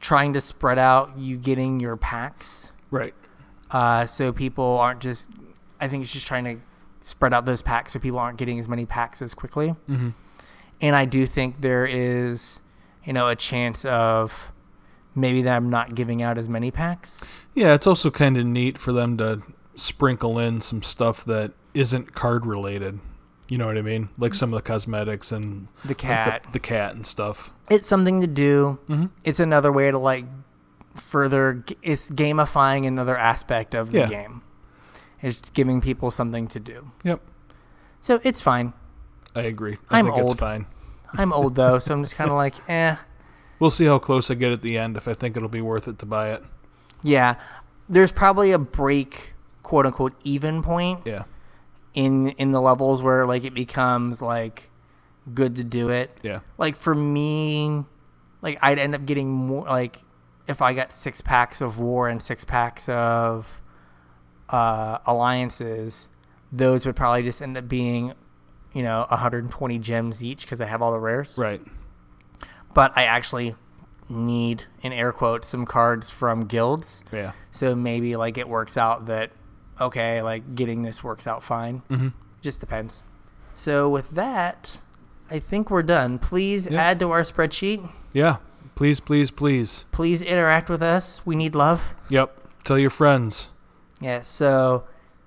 S1: trying to spread out you getting your packs
S2: Right.
S1: uh, so people aren't just. I think it's just trying to spread out those packs so people aren't getting as many packs as quickly.
S2: Mhm.
S1: And I do think there is, you know, a chance of maybe that I'm not giving out as many packs.
S2: Yeah, it's also kind of neat for them to sprinkle in some stuff that isn't card related. You know what I mean? Like some of the cosmetics and
S1: The
S2: like
S1: cat.
S2: the, the cat and stuff.
S1: it's something to do.
S2: Mm-hmm.
S1: It's another way to like further. g- It's gamifying another aspect of the
S2: Yeah.
S1: game. It's giving people something to do.
S2: Yep.
S1: So it's fine.
S2: I agree. I
S1: I'm
S2: think
S1: old.
S2: it's fine.
S1: I'm old though, so I'm just kind of like, eh.
S2: We'll see how close I get at the end if I think it'll be worth it to buy it.
S1: Yeah. There's probably a break, quote unquote, even point
S2: Yeah.
S1: in in the levels where like it becomes like good to do it.
S2: Yeah.
S1: Like for me, like I'd end up getting more like if I got six packs of war and six packs of uh, alliances, those would probably just end up being, you know, 120 gems each because I have all the rares.
S2: Right.
S1: But I actually need, in air quotes, some cards from guilds.
S2: Yeah.
S1: So maybe like it works out that okay, like getting this works out fine. Mm-hmm. Just depends. So with that, I think we're done. Please add to our spreadsheet.
S2: Yeah. Please, please, please.
S1: Please interact with us. We need love.
S2: Yep. Tell your friends.
S1: Yeah. So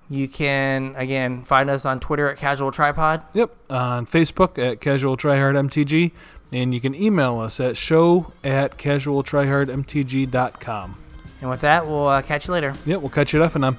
S1: you can again find us on Twitter at Casual Tripod.
S2: Yep. On Facebook at Casual Tryhard MTG. And you can email us at show at casualtryhardmtg.com.
S1: And with that, we'll uh, catch you later.
S2: Yep. We'll catch you at FNM.